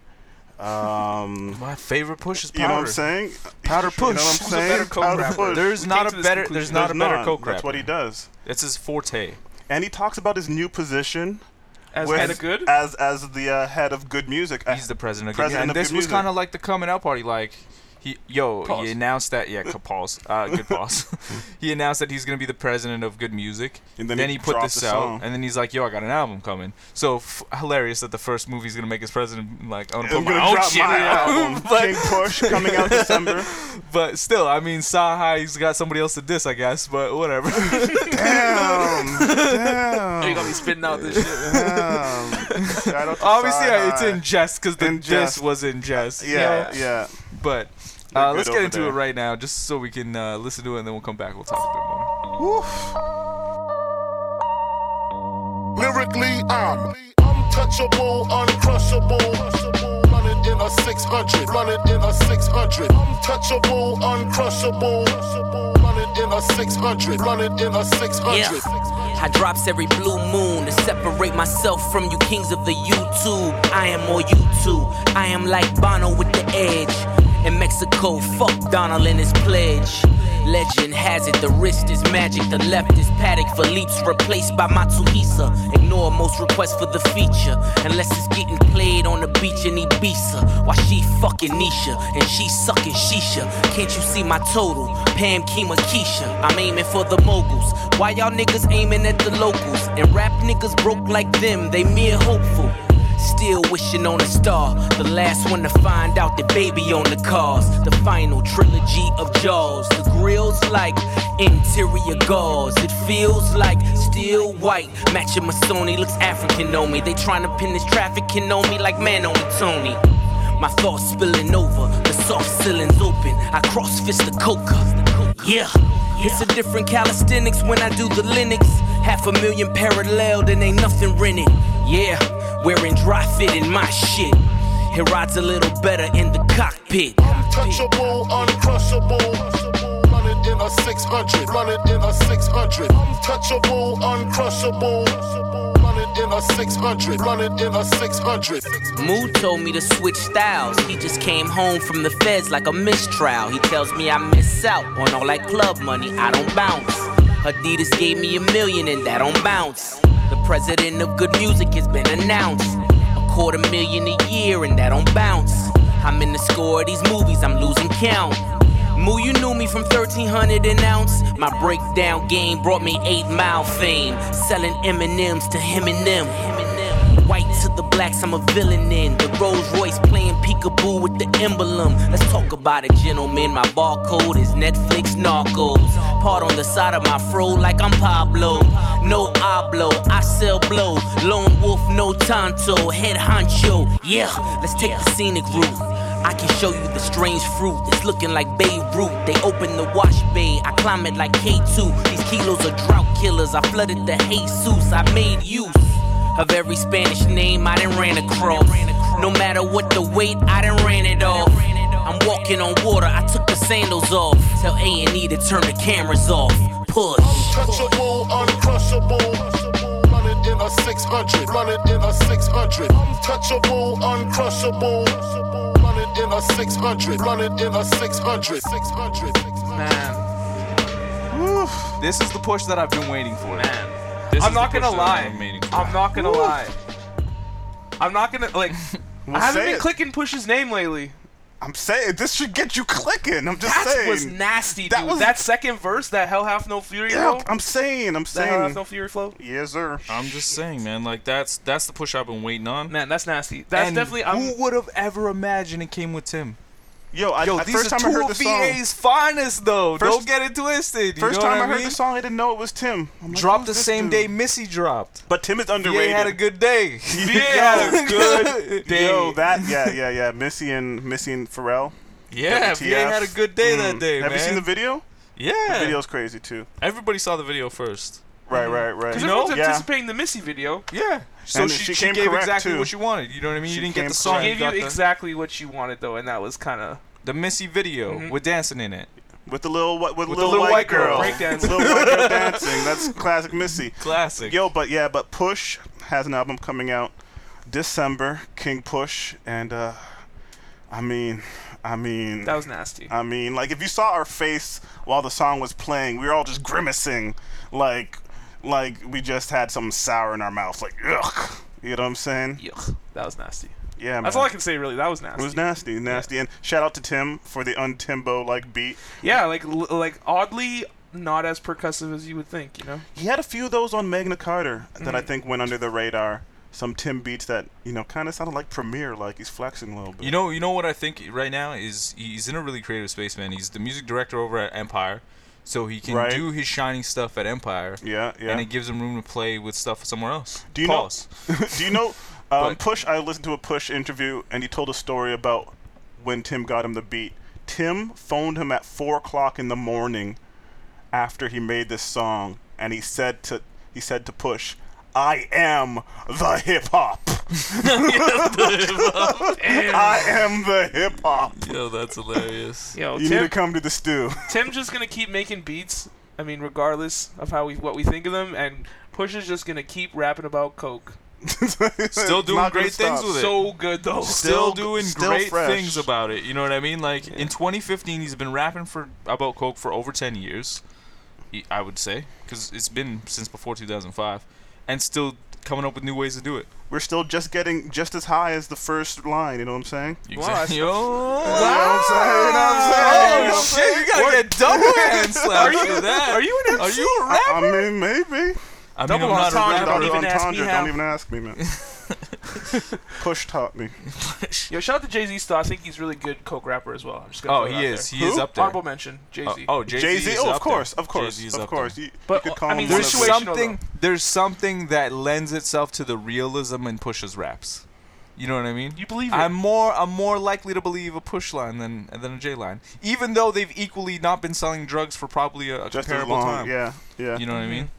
S1: Um,
S2: My favorite push is powder.
S1: you know what I'm saying? You
S2: Powder
S1: know
S2: push.
S1: what I'm
S2: Who's a
S1: saying?
S3: better coke
S1: powder
S3: rapper?
S1: push.
S2: There's
S3: We
S2: not
S3: came
S2: a
S3: to this
S2: better.
S3: conclusion.
S2: There's not
S1: There's
S2: a better
S1: none.
S2: coke rapper.
S1: That's what he does.
S2: That's his forte.
S1: And he talks about his new position
S3: as
S1: with-
S3: head of good.
S1: as as the uh, head of good music. Uh,
S2: He's the president of
S1: president
S2: And
S1: of
S2: this
S1: good
S2: was
S1: music.
S2: kind of like the coming out party. Like, he, yo,
S3: Pause.
S2: he announced that. Yeah, ca- pause. Uh, good pause. he announced that he's gonna be the president of good music.
S1: And
S2: then,
S1: then
S2: he,
S1: he
S2: put
S1: dropped
S2: this
S1: the
S2: out,
S1: song.
S2: and then he's like, yo, I got an album coming. So f- hilarious that the first movie he's gonna make as president. Like, I'm gonna
S1: I'm
S2: put
S1: gonna
S2: my own
S1: drop
S2: shit
S1: my
S2: out.
S1: album, King Push, coming out December.
S2: But still, I mean, Sahai, he's got somebody else to diss, I guess. But whatever.
S1: Damn,
S3: you gonna be spitting out this shit. man.
S1: damn. Shout out to
S2: Obviously,
S1: Side
S2: it's
S1: Eye.
S2: in jest because the
S1: In
S2: diss
S1: jest.
S2: was in jest. you know?
S1: Yeah, yeah.
S2: But Uh, let's get into it right now, just so we can uh, listen to it, and then we'll come back. We'll talk a bit more.
S18: Lyrically, I'm untouchable, uncrushable. Running in a 600, running in a 600. Untouchable, uncrushable. Running in a 600, running in a 600.
S19: Yeah. I drops every blue moon to separate myself from you kings of the YouTube. I am more YouTube. I am like Bono with the edge. In Mexico, fuck Donald and his pledge. Legend has it, the wrist is magic, the left is paddock for leaps replaced by Matsuhisa. Ignore most requests for the feature, unless it's getting played on the beach in Ibiza. While she fucking Nisha, and she sucking Shisha. Can't you see my total? Pam Kima Keisha. I'm aiming for the moguls. Why y'all niggas aiming at the locals? And rap niggas broke like them, they mere hopeful. Still wishing on a star. The last one to find out the baby on the cars. The final trilogy of Jaws. The grills like interior gauze. It feels like steel white. Matching Masoni looks African on me. They tryna pin this trafficking on me like man on Tony. My thoughts spilling over. The soft ceiling's open. I cross fist the coca. Yeah. It's a different calisthenics when I do the Linux. Half a million paralleled and ain't nothing rented. Yeah, wearing dry fit in my shit. It rides a little better in the cockpit.
S18: Untouchable, uncrushable. Running in a 600, running in a 600. Untouchable, uncrushable. Running in a 600, running in a 600.
S19: Moo told me to switch styles. He just came home from the feds like a mistrial. He tells me I miss out on all that club money. I don't bounce. Adidas gave me a million and that don't bounce. The president of good music has been announced. A quarter million a year and that don't bounce. I'm in the score of these movies, I'm losing count. Moo, you knew me from 1300 an ounce. My breakdown game brought me 8 mile fame. Selling M&M's to him and them. White to the blacks, I'm a villain in. The Rolls Royce playing peekaboo with the emblem. Let's talk about it, gentlemen. My barcode is Netflix Narcos. Part on the side of my fro like I'm Pablo. No hablo, I sell blow. Lone wolf, no tonto. Head honcho. Yeah, let's take the scenic route. I can show you the strange fruit. It's looking like Beirut. They open the wash bay. I climb it like K2. These kilos are drought killers. I flooded the Jesus. I made use of every Spanish name I done ran across. No matter what the weight, I done ran it off. I'm walking on water. I took the sandals off. Tell A and E to turn the cameras off. Push.
S18: Untouchable, uncrushable. Running in a 600, running in a 600. Untouchable, uncrushable. Running in a 600, running in a 600. 600.
S2: Man. This is the push that I've been waiting for. Man.
S3: I'm not gonna lie. I'm not gonna lie. I'm not gonna like.
S1: Well,
S3: I haven't
S1: say
S3: been
S1: it.
S3: clicking Push's name lately.
S1: I'm saying this should get you clicking. I'm just
S3: that
S1: saying.
S3: was nasty,
S1: That
S3: dude.
S1: was-
S3: that second verse, that Hell Hath No Fury.
S1: Yeah,
S3: though,
S1: I'm saying. I'm
S3: that Hell Hath
S1: saying.
S3: No Fury flow.
S1: Yes, sir.
S2: I'm just saying, man. Like that's that's the push I've been waiting on.
S3: Man, that's nasty. That's definitely- I'm-
S2: Who would have ever imagined it came with Tim?
S1: Yo, I,
S2: Yo,
S1: I-
S2: these
S1: first
S2: are
S1: time I
S2: two
S1: heard
S2: of
S1: the song.
S2: VA's finest, though.
S1: First-
S2: Don't get it twisted. You
S1: First
S2: know
S1: time
S2: what
S1: I heard
S2: mean?
S1: the song, I didn't know it was Tim. I'm like, who's
S2: Dropped the
S1: this
S2: same
S1: dude?
S2: day Missy dropped.
S1: But Tim is
S2: VA
S1: underrated.
S2: had a good day.
S1: Yo,
S2: VA had a good day.
S1: Yo, that yeah, yeah, yeah. Missy and Missy and Pharrell.
S2: Yeah,
S1: WTF.
S2: VA had a good day
S1: Mm.
S2: that day,
S1: Have you
S2: man.
S1: seen the video?
S2: Yeah.
S1: The video's crazy too.
S2: Everybody saw the video first.
S1: Right, right, right.
S3: Because
S1: You
S3: everyone's
S1: know? Yeah.
S3: anticipating the Missy video.
S2: Yeah. So
S1: And
S2: she,
S1: she
S2: she,
S1: came
S2: gave
S1: correct,
S2: exactly
S1: too.
S2: what you wanted. You know what I mean?
S1: She
S2: you didn't get
S1: came
S2: the song.
S3: She gave you
S2: got the-
S3: exactly what you wanted though, and that was kind of
S2: the Missy video
S3: Mhm.
S2: with dancing in it.
S1: With the little whi- with,
S2: With the
S1: little,
S2: little
S1: white,
S2: white
S1: girl,
S2: girl breakdancing.
S1: little white girl dancing. That's classic Missy.
S2: Classic.
S1: Yo, but yeah, but Push has an album coming out December. King Push, and uh, I mean, I mean,
S3: that was nasty.
S1: I mean, like if you saw our face while the song was playing, we were all just grimacing, like, like we just had something sour in our mouth, like ugh. You know what I'm saying?
S3: Yuck. That was nasty.
S1: Yeah,
S3: That's
S1: man.
S3: all I can say. Really, that was nasty.
S1: It was nasty, nasty, and shout out to Tim for the untimbo like beat.
S3: Yeah, like l- like oddly not as percussive as you would think. You know.
S1: He had a few of those on Magna Carta that I think went under the radar. Some Tim beats that you know kind of sounded like Premier, like he's flexing a little bit.
S2: You know, you know what I think right now is he's in a really creative space, man. He's the music director over at Empire, so he can
S1: Right.
S2: do his shining stuff at Empire.
S1: Yeah, yeah.
S2: And it gives him room to play with stuff somewhere else.
S1: Do you
S2: Pause.
S1: know? do you know? Um,
S2: But-
S1: Push. I listened to a Push interview, and he told a story about when Tim got him the beat. Tim phoned him at four o'clock in the morning after he made this song, and he said to he said to Push, "I am the hip hop. I am the hip hop.
S2: Yo, that's hilarious.
S3: Yo,
S1: You need
S3: Tim-
S1: to come to the stew."
S3: Tim's just gonna keep making beats. I mean, regardless of how we what we think of them, and Push is just gonna keep rapping about coke.
S2: Still doing
S3: Not gonna
S2: great things
S3: stop.
S2: with it.
S3: So good though. Still-
S2: Still, doing
S3: still
S2: great
S3: fresh.
S2: things about it. You know what I mean? Like in 2015, he's been rapping for about coke for over 10 years. he- I would say because it's been since before 2005, and still coming up with new ways to do it.
S1: We're still just getting just as high as the first line. You know what I'm saying?
S2: Exactly. Yo.
S1: You know what I'm saying? You know what I'm saying?
S2: Oh, shit, you gotta get double hand slapped
S1: Are you-
S2: for that.
S1: are you an
S2: Are
S1: MC?
S2: you a rapper?
S1: I mean, maybe.
S2: I mean, Double I'm not a entendre, rapper.
S1: Double
S2: don't even ask me
S1: entendre,
S2: how.
S1: Don't even ask me, man. Push taught me.
S3: Yo, shout out to Jay Z still. I think he's really good coke rapper as well. I'm just
S1: Oh,
S3: gonna throw it
S1: he
S3: out
S1: is.
S3: There.
S1: He is up there.
S3: Honorable mention, Jay Z.
S2: Oh, Jay Z.
S1: Oh, of course, of course, of course. You- you
S3: But,
S1: could
S3: uh,
S1: call
S3: I
S1: him
S3: mean,
S1: one
S2: there's
S1: of those.
S2: something there's something that lends itself to the realism in Push's raps. You know what I mean? You
S3: believe it.
S2: I'm more I'm more likely to believe a Push line than than a J line, even though they've equally not been selling drugs for probably a, a
S1: Just as
S2: comparable
S1: long,
S2: time.
S1: yeah, yeah.
S2: You know what I mean?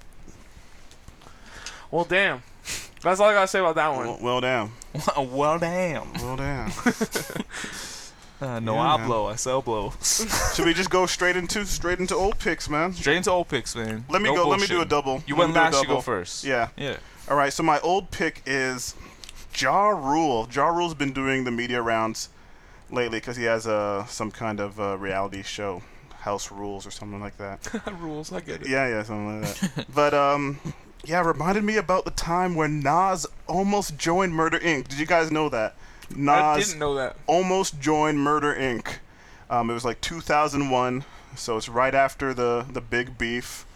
S3: Well, damn. That's all I gotta say about that one.
S1: Well, well damn.
S2: well, damn.
S1: Well, damn.
S2: Uh, no,
S1: Yeah,
S2: I
S1: man.
S2: blow. I sell blow.
S1: Should we just go straight into straight into old picks, man?
S2: Straight into old picks, man.
S1: Let me
S2: No
S1: go. Let me do a
S2: bullshitting.
S1: double.
S2: You
S1: Let
S2: went
S1: me do a
S2: last, you go
S1: double.
S2: first.
S1: Yeah.
S2: Yeah.
S1: All right. So my old pick is Ja Rule. Ja Rule's been doing the media rounds lately because he has uh, some kind of uh, reality show, House Rules or something like that.
S3: Rules, I get it.
S1: Yeah, yeah, something like that. but um, yeah, reminded me about the time when Nas almost joined Murder Inc. Did you guys know that? Nas
S3: I didn't know that.
S1: almost joined Murder Inc. Um, it was like 2001, so it's right after the the big beef,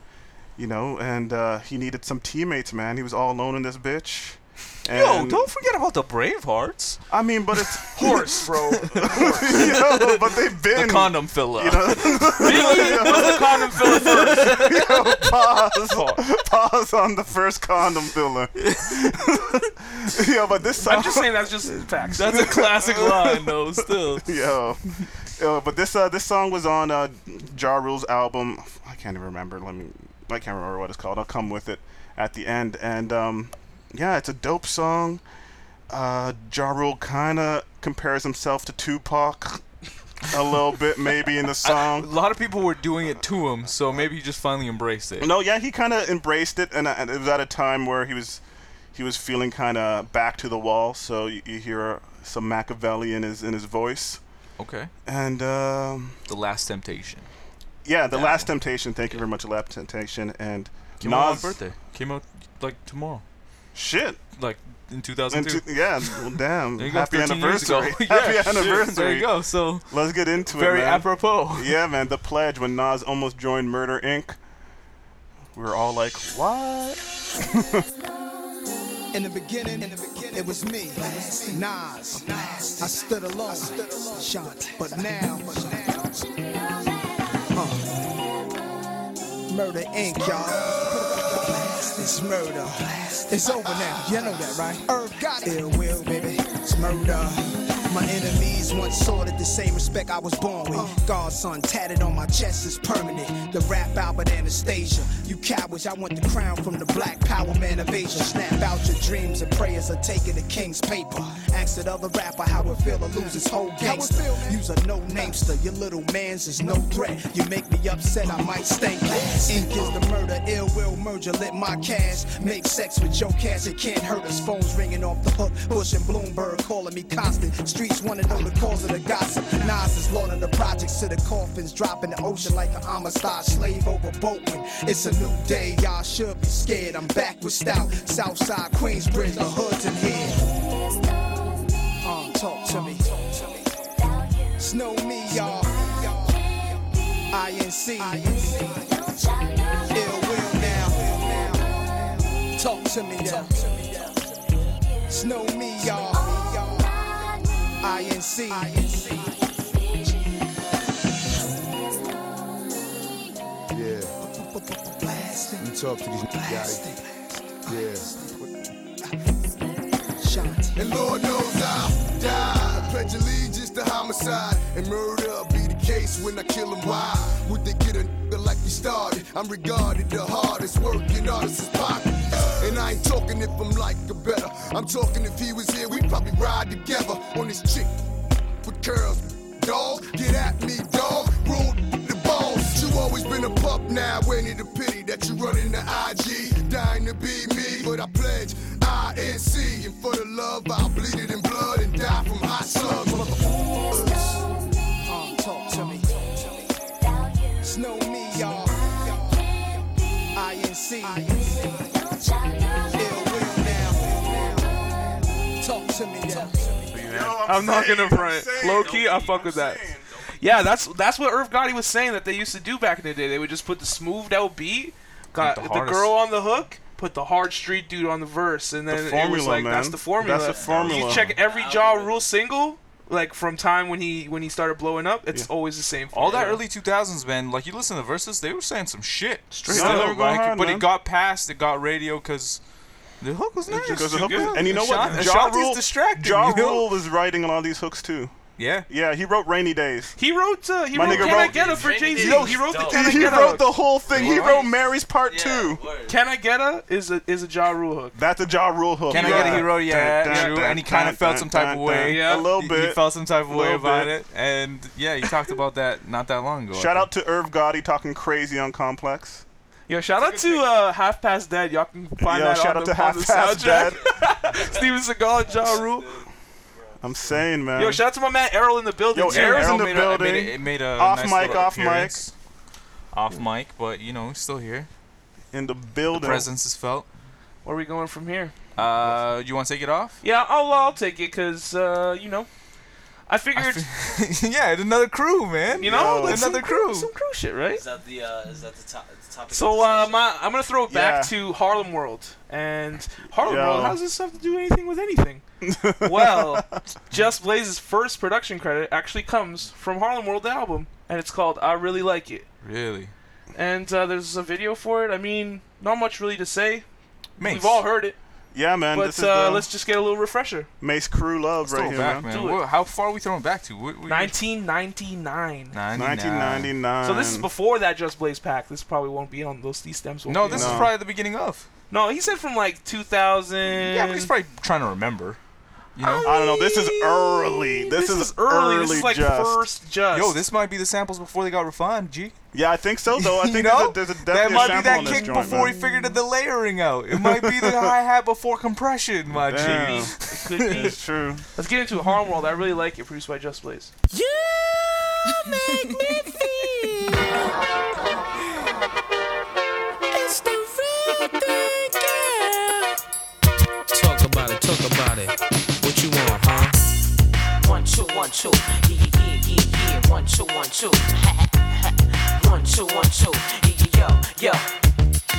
S1: you know. And uh, he needed some teammates, man. He was all alone in this bitch.
S2: Yo,
S1: And-
S2: don't forget about the Bravehearts.
S1: I mean, but it's
S2: horse,
S3: bro.
S1: Yo, but they've been
S2: the condom filler.
S1: You know,
S2: the condom filler first?
S1: Yo, pause, pause on the first condom filler. Yo, but this song.
S3: I'm just saying that's just facts.
S2: That's a classic line, though. Still.
S1: Yo, yo, but this uh, this song was on uh, Ja Rule's album. I can't even remember. Let me. I can't remember what it's called. I'll come with it at the end. And um, yeah, it's a dope song. Uh, ja Rule kind of compares himself to Tupac a little bit, maybe in the song.
S2: A lot of people were doing it to him, so maybe he just finally embraced it.
S1: No, yeah, he kind of embraced it, and, uh, and it was at a time where he was he was feeling kind of back to the wall. So you, you hear some Machiavelli in his in his voice,
S2: Okay.
S1: and um,
S2: The Last Temptation.
S1: yeah, the Last Temptation. Thank you very much, Last Temptation, and
S2: Came out on
S1: Nas
S2: his birthday. Came out like tomorrow.
S1: Shit.
S2: Like in
S1: and
S2: 2002.
S1: t- yeah, well, damn.
S2: There you go,
S1: Happy
S2: 13 years ago.
S1: anniversary.
S2: Yeah,
S1: Happy
S2: shit,
S1: anniversary.
S2: there you go, so
S1: let's get into it.
S2: very
S1: man.
S2: apropos.
S1: Yeah, man. The pledge when Nas almost joined Murder Inc. We were all like, "What?"
S20: In the beginning, it was me, Nas. I stood alone, shot, but now. Huh. Murder Inc., y'all. It's murder. It's over now. You know that, right? Herb got it. Ill will, baby. It's murder. My enemies once sorted the same respect I was born with. Godson tatted on my chest is permanent. The rap Albert Anastasia. You cowards, I want the crown from the black power man of Asia. Snap out your dreams and prayers are taking the king's paper. Ask that other rapper how it feel to lose his whole gangster. Use a no namester. Your little man's is no threat. You make me upset, I might stank. Ink is the murder, ill will merger. Let my cash make sex with your cash. It can't hurt us. Phones ringing off the hook. Bush and Bloomberg calling me constant. Streets want to know the cause of the gossip. Nas is lauding the projects to the coffins, dropping the ocean like an Amistad slave over Boatman. It's a new day, y'all should be scared. I'm back with Stout, Southside Queensbridge, the hoods in here. Uh, talk to me. Snow me, y'all. INC. Ill will now. Talk to me, y'all. Snow me, y'all. INC.
S21: Yeah. You talk to these guys. Yeah.
S20: And
S21: Lord knows I'll die. Pledge allegiance to homicide and murder be the
S18: case when I kill him. Why would they get a nigga like we started? I'm regarded the hardest working artist in pocket. And I ain't talking if I'm like a better. I'm talking if he was here, we'd probably ride together on this chick with curls. Dog, get at me, dog. Rule the balls. You always been a pup now. Ain't it a pity that you running the IG? Dying to be me, but I pledge INC. And for the love, I'll bleed it in blood and die from hot slugs. Motherfuckers.
S20: Uh, talk to me. Snow me, y'all. INC. Ill will now. Talk to me, now.
S3: I'm not gonna front. Low key, I fuck with that. Yeah, that's that's what Irv Gotti was saying that they used to do back in the day. They would just put the smoothed out beat, got
S1: the
S3: the,
S1: hardest.
S3: girl on the hook, put the hard street dude on the verse, and then
S1: The
S3: it was
S1: formula,
S3: like that's
S1: man.
S3: the formula.
S1: That's the formula.
S3: You check every Jaw Rule single, like from time when he when he started blowing up, it's always the same.
S2: All that
S3: formula.
S2: early 2000s, man, like you listen to verses, they were saying some shit.
S3: Straight
S2: Still,
S3: up. No, go
S2: like,
S1: uh-huh,
S3: hard,
S2: but
S3: man.
S2: it got past, it got radio because the hook was nice.
S1: Because the
S2: Too
S1: hook
S2: good.
S1: was- and you know what?
S2: Ashan-
S1: Ja
S2: Ashanti's
S1: Rule,
S2: distracting.
S1: Ja
S2: you know?
S1: Rule was writing a lot of these hooks too.
S2: Yeah.
S1: Yeah, he wrote Rainy Days.
S3: He wrote uh, he
S1: My
S3: wrote
S1: nigga
S3: Can I
S1: wrote-
S3: Get Her for
S1: Rainy
S3: Jay Z.
S1: Days
S3: He wrote the
S1: dope.
S3: Can I
S1: He
S3: Get
S1: wrote
S3: hook.
S1: the whole thing. He wrote Mary's Part Two.
S3: Can I Get Her is a is a Ja Rule hook.
S1: That's a Ja Rule hook.
S2: Can I get a hero? Yeah, true. and he kind of felt some type of way.
S1: Yeah, a little
S2: He-
S1: bit.
S2: He felt some type of way
S1: Little
S2: about
S1: bit.
S2: it, and yeah, he talked about that not that long ago. I
S1: Shout out to Irv Gotti talking crazy on Complex.
S3: Yo, shout out to uh, Half Past Dead. Y'all can find
S1: Yo,
S3: that
S1: shout
S3: on
S1: out
S3: the,
S1: to
S3: on the
S1: Half Past
S3: soundtrack. Steven Seagal, Ja Rule.
S1: I'm saying, man.
S3: Yo, shout out to my man Errol in the building.
S1: Yo,
S3: too.
S1: Errol's in the
S2: made
S1: building.
S2: A, it, made a, it made a
S1: Off
S2: nice
S1: mic,
S2: little
S1: off mic.
S2: appearance. off mic, but you know, he's still here.
S1: In the building,
S2: presence is felt.
S3: Where are we going from here?
S2: Uh, you want to take it off?
S3: Yeah, I'll, I'll take it because, uh, you know, I figured.
S2: yeah, another crew, man.
S3: You know,
S2: Yo.
S3: like some
S2: Another crew.
S3: Some crew shit, right?
S4: Is that the uh, is that the, top, the topic?
S3: So uh, my, I'm gonna throw it back
S4: Yeah.
S3: to Harlem World and Harlem
S4: Yo.
S3: World. How does this have to do anything with anything? well, Just Blaze's first production credit actually comes from Harlem World album, and it's called "I Really Like It."
S2: Really?
S3: And uh, there's a video for it. I mean, not much really to say.
S1: Mace.
S3: We've all heard it.
S1: Yeah, man.
S3: but
S1: this is
S3: uh,
S1: the
S3: let's just get a little refresher.
S1: Mace Crew love
S2: Let's throw
S1: right
S2: it
S1: here,
S2: back, man.
S1: man.
S2: Whoa, how far are we throwing back to? What- what-
S3: 1999.
S1: 1999.
S3: So this is before that Just Blaze pack. This probably won't be on those. These stems. Won't
S2: No,
S3: be
S2: this
S3: on.
S2: is probably the beginning of.
S3: No, he said from like 2000.
S2: Yeah, but he's probably trying to remember. You know?
S1: I don't know. This is early. This,
S2: This
S1: is,
S2: is early. This is like
S1: just.
S2: first
S3: just.
S2: Yo, this might be the samples before they got refined, G.
S1: Yeah, I think so. Though Oh, I
S2: You
S1: think
S2: know?
S1: there's a, there's a
S2: that
S1: definitely
S2: might
S1: a
S2: be
S1: sample
S2: that
S1: on this
S2: kick
S1: joint,
S2: before
S1: man.
S2: he figured the layering out. It might be the hi hat before compression, my
S1: Damn.
S2: G.
S3: Could be.
S1: It's true.
S3: Let's get into Harm World. I really like it. Produced by Just Blaze.
S6: You make me feel it's the real thing, girl.
S22: Talk about it, talk about it. What you want, huh?
S23: One, two, one, two. Yeah, yeah, yeah, yeah, yeah. One, two, one, two. one, two, one, two. Yeah, yeah, yo, yo.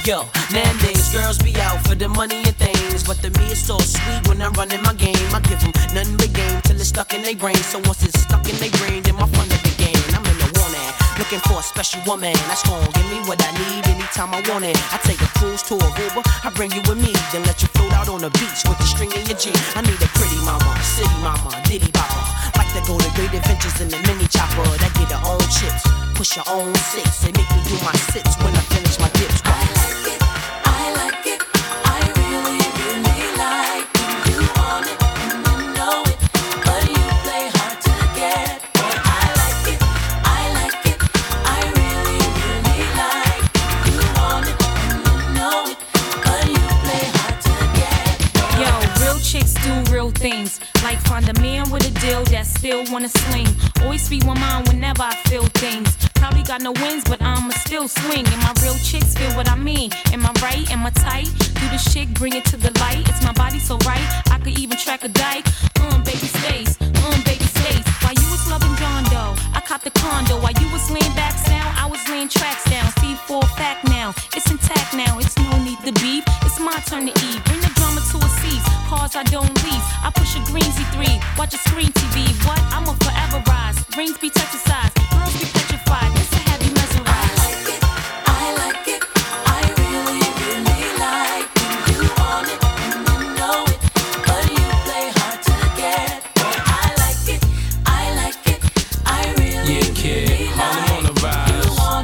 S23: Yo, nowadays girls be out for the money and things, but to me it's so sweet when I'm running my game. I give 'em nothing but game till it's stuck in their brain. So once it's stuck in their brain, then my fun at the game. I'm in the woman, looking for a special woman. That's gon' give me what I need anytime I want it. I take a cruise to Aruba, I bring you with me, then let you float out on the beach with the string in your jean. I need a pretty mama, city mama, diddy bopper. Like to go to great adventures in the mini chopper. That get her own chips, push her own six. They make me do my sits when I finish my dips.
S6: I like it. I really, really like it. You want it and you know it, but you play hard to get. But I like it. I like it. I really, really like it. You want it and you know it, but you play hard to get.
S24: Yo, real chicks do real things. Like find a man with a deal that still wanna swing. Always speak my mind whenever I feel things. Probably got no wins, but I'ma still swing. And my real chicks feel what I mean. Am I right? Am I tight? Do the shit, bring it to the light. It's my body so right, I could even track a dike. Um, baby space, um, baby space. While you was loving John Doe, I caught the condo. While you was laying back down, I was laying tracks down. See for a fact now, it's intact now. It's no need to beef. It's my turn to eat. Bring the drama to a cease. Cars I don't lease. I push a green Z3. Watch a screen TV. What? I'm a forever rise. Rings be touch size. Girls be petrified. It's a heavy mesmerized.
S6: I like it. I really, really like it. You want it and you know it, but you play hard to get. But I like it. I like it. I really,
S22: Yeah, kid.
S6: really